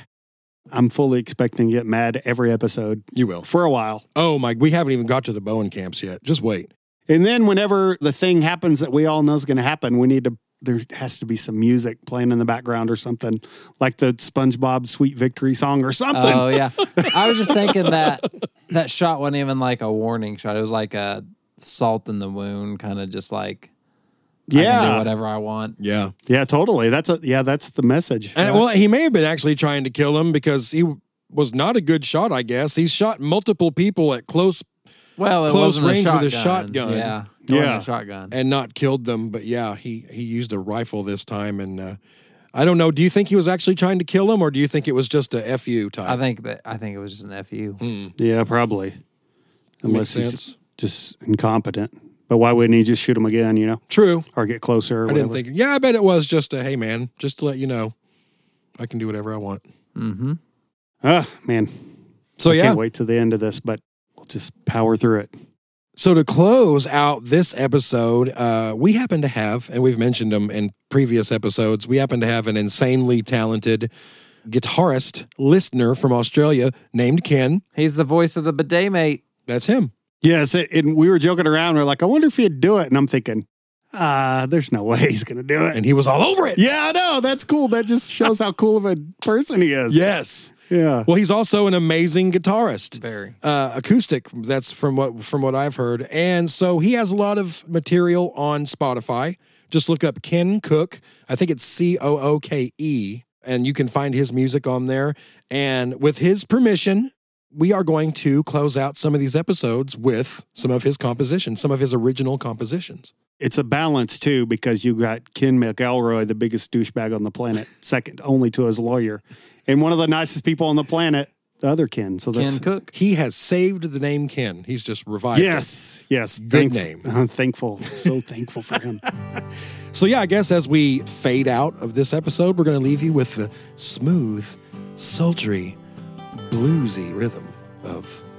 C: I'm fully expecting to get mad every episode
E: You will.
C: for a while.
E: Oh, my. We haven't even got to the Bowen camps yet. Just wait.
C: And then whenever the thing happens that we all know is going to happen, we need to there has to be some music playing in the background or something, like the SpongeBob Sweet Victory song or something.
F: Oh yeah, I was just thinking that that shot wasn't even like a warning shot. It was like a salt in the wound, kind of just like I can do
C: yeah.
F: whatever I want.
E: Yeah.
C: Yeah, totally. That's a yeah, that's the message.
E: And well, he may have been actually trying to kill him because he was not a good shot, I guess. He's shot multiple people at close
F: Well, it
E: Close
F: wasn't
E: range
F: a shotgun.
E: with a shotgun.
F: Yeah, it
C: Yeah.
F: wasn't a shotgun.
E: and not killed them. But yeah, he he used a rifle this time, and uh, I don't know. Do you think he was actually trying to kill him, or do you think it was just a fu type?
F: I think that I think it was just an fu.
C: yeah, probably. Unless
E: sense.
C: he's just incompetent. But why wouldn't he just shoot him again, you know?
E: True.
C: Or get closer or
E: I
C: whatever.
E: didn't think. Yeah, I bet it was just a hey man, just to let you know, I can do whatever I want.
F: Mm-hmm.
C: Ah, man.
E: So
C: I
E: yeah.
C: can't wait to the end of this, but we'll just power through it.
E: So to close out this episode, uh, we happen to have, and we've mentioned him in previous episodes, we happen to have an insanely talented guitarist listener from Australia named Ken.
F: He's the voice of the bidet mate.
E: That's him.
C: Yes, it, and we were joking around. We are like, I wonder if he'd do it. And I'm thinking, ah, there's no way he's going to do it.
E: And he was all over it.
C: yeah, I know. That's cool. That just shows how cool of a person he is.
E: Yes.
C: Yeah.
E: Well, he's also an amazing guitarist.
F: Very.
E: uh, acoustic. That's from what from what I've heard, and so he has a lot of material on Spotify. Just look up Ken Cook. I think it's C O O K E, and you can find his music on there. And with his permission, we are going to close out some of these episodes with some of his compositions, some of his original compositions.
C: It's a balance, too, because you got Ken McElroy, the biggest douchebag on the planet, second only to his lawyer, and one of the nicest people on the planet, the other Ken. So
F: Ken
C: that's.
F: Cook.
E: He has saved the name Ken. He's just revived. it.
C: Yes, yes.
E: Good name.
C: I'm thankful. So thankful for him.
E: So yeah, I guess as we fade out of this episode, we're going to leave you with the smooth, sultry, bluesy rhythm of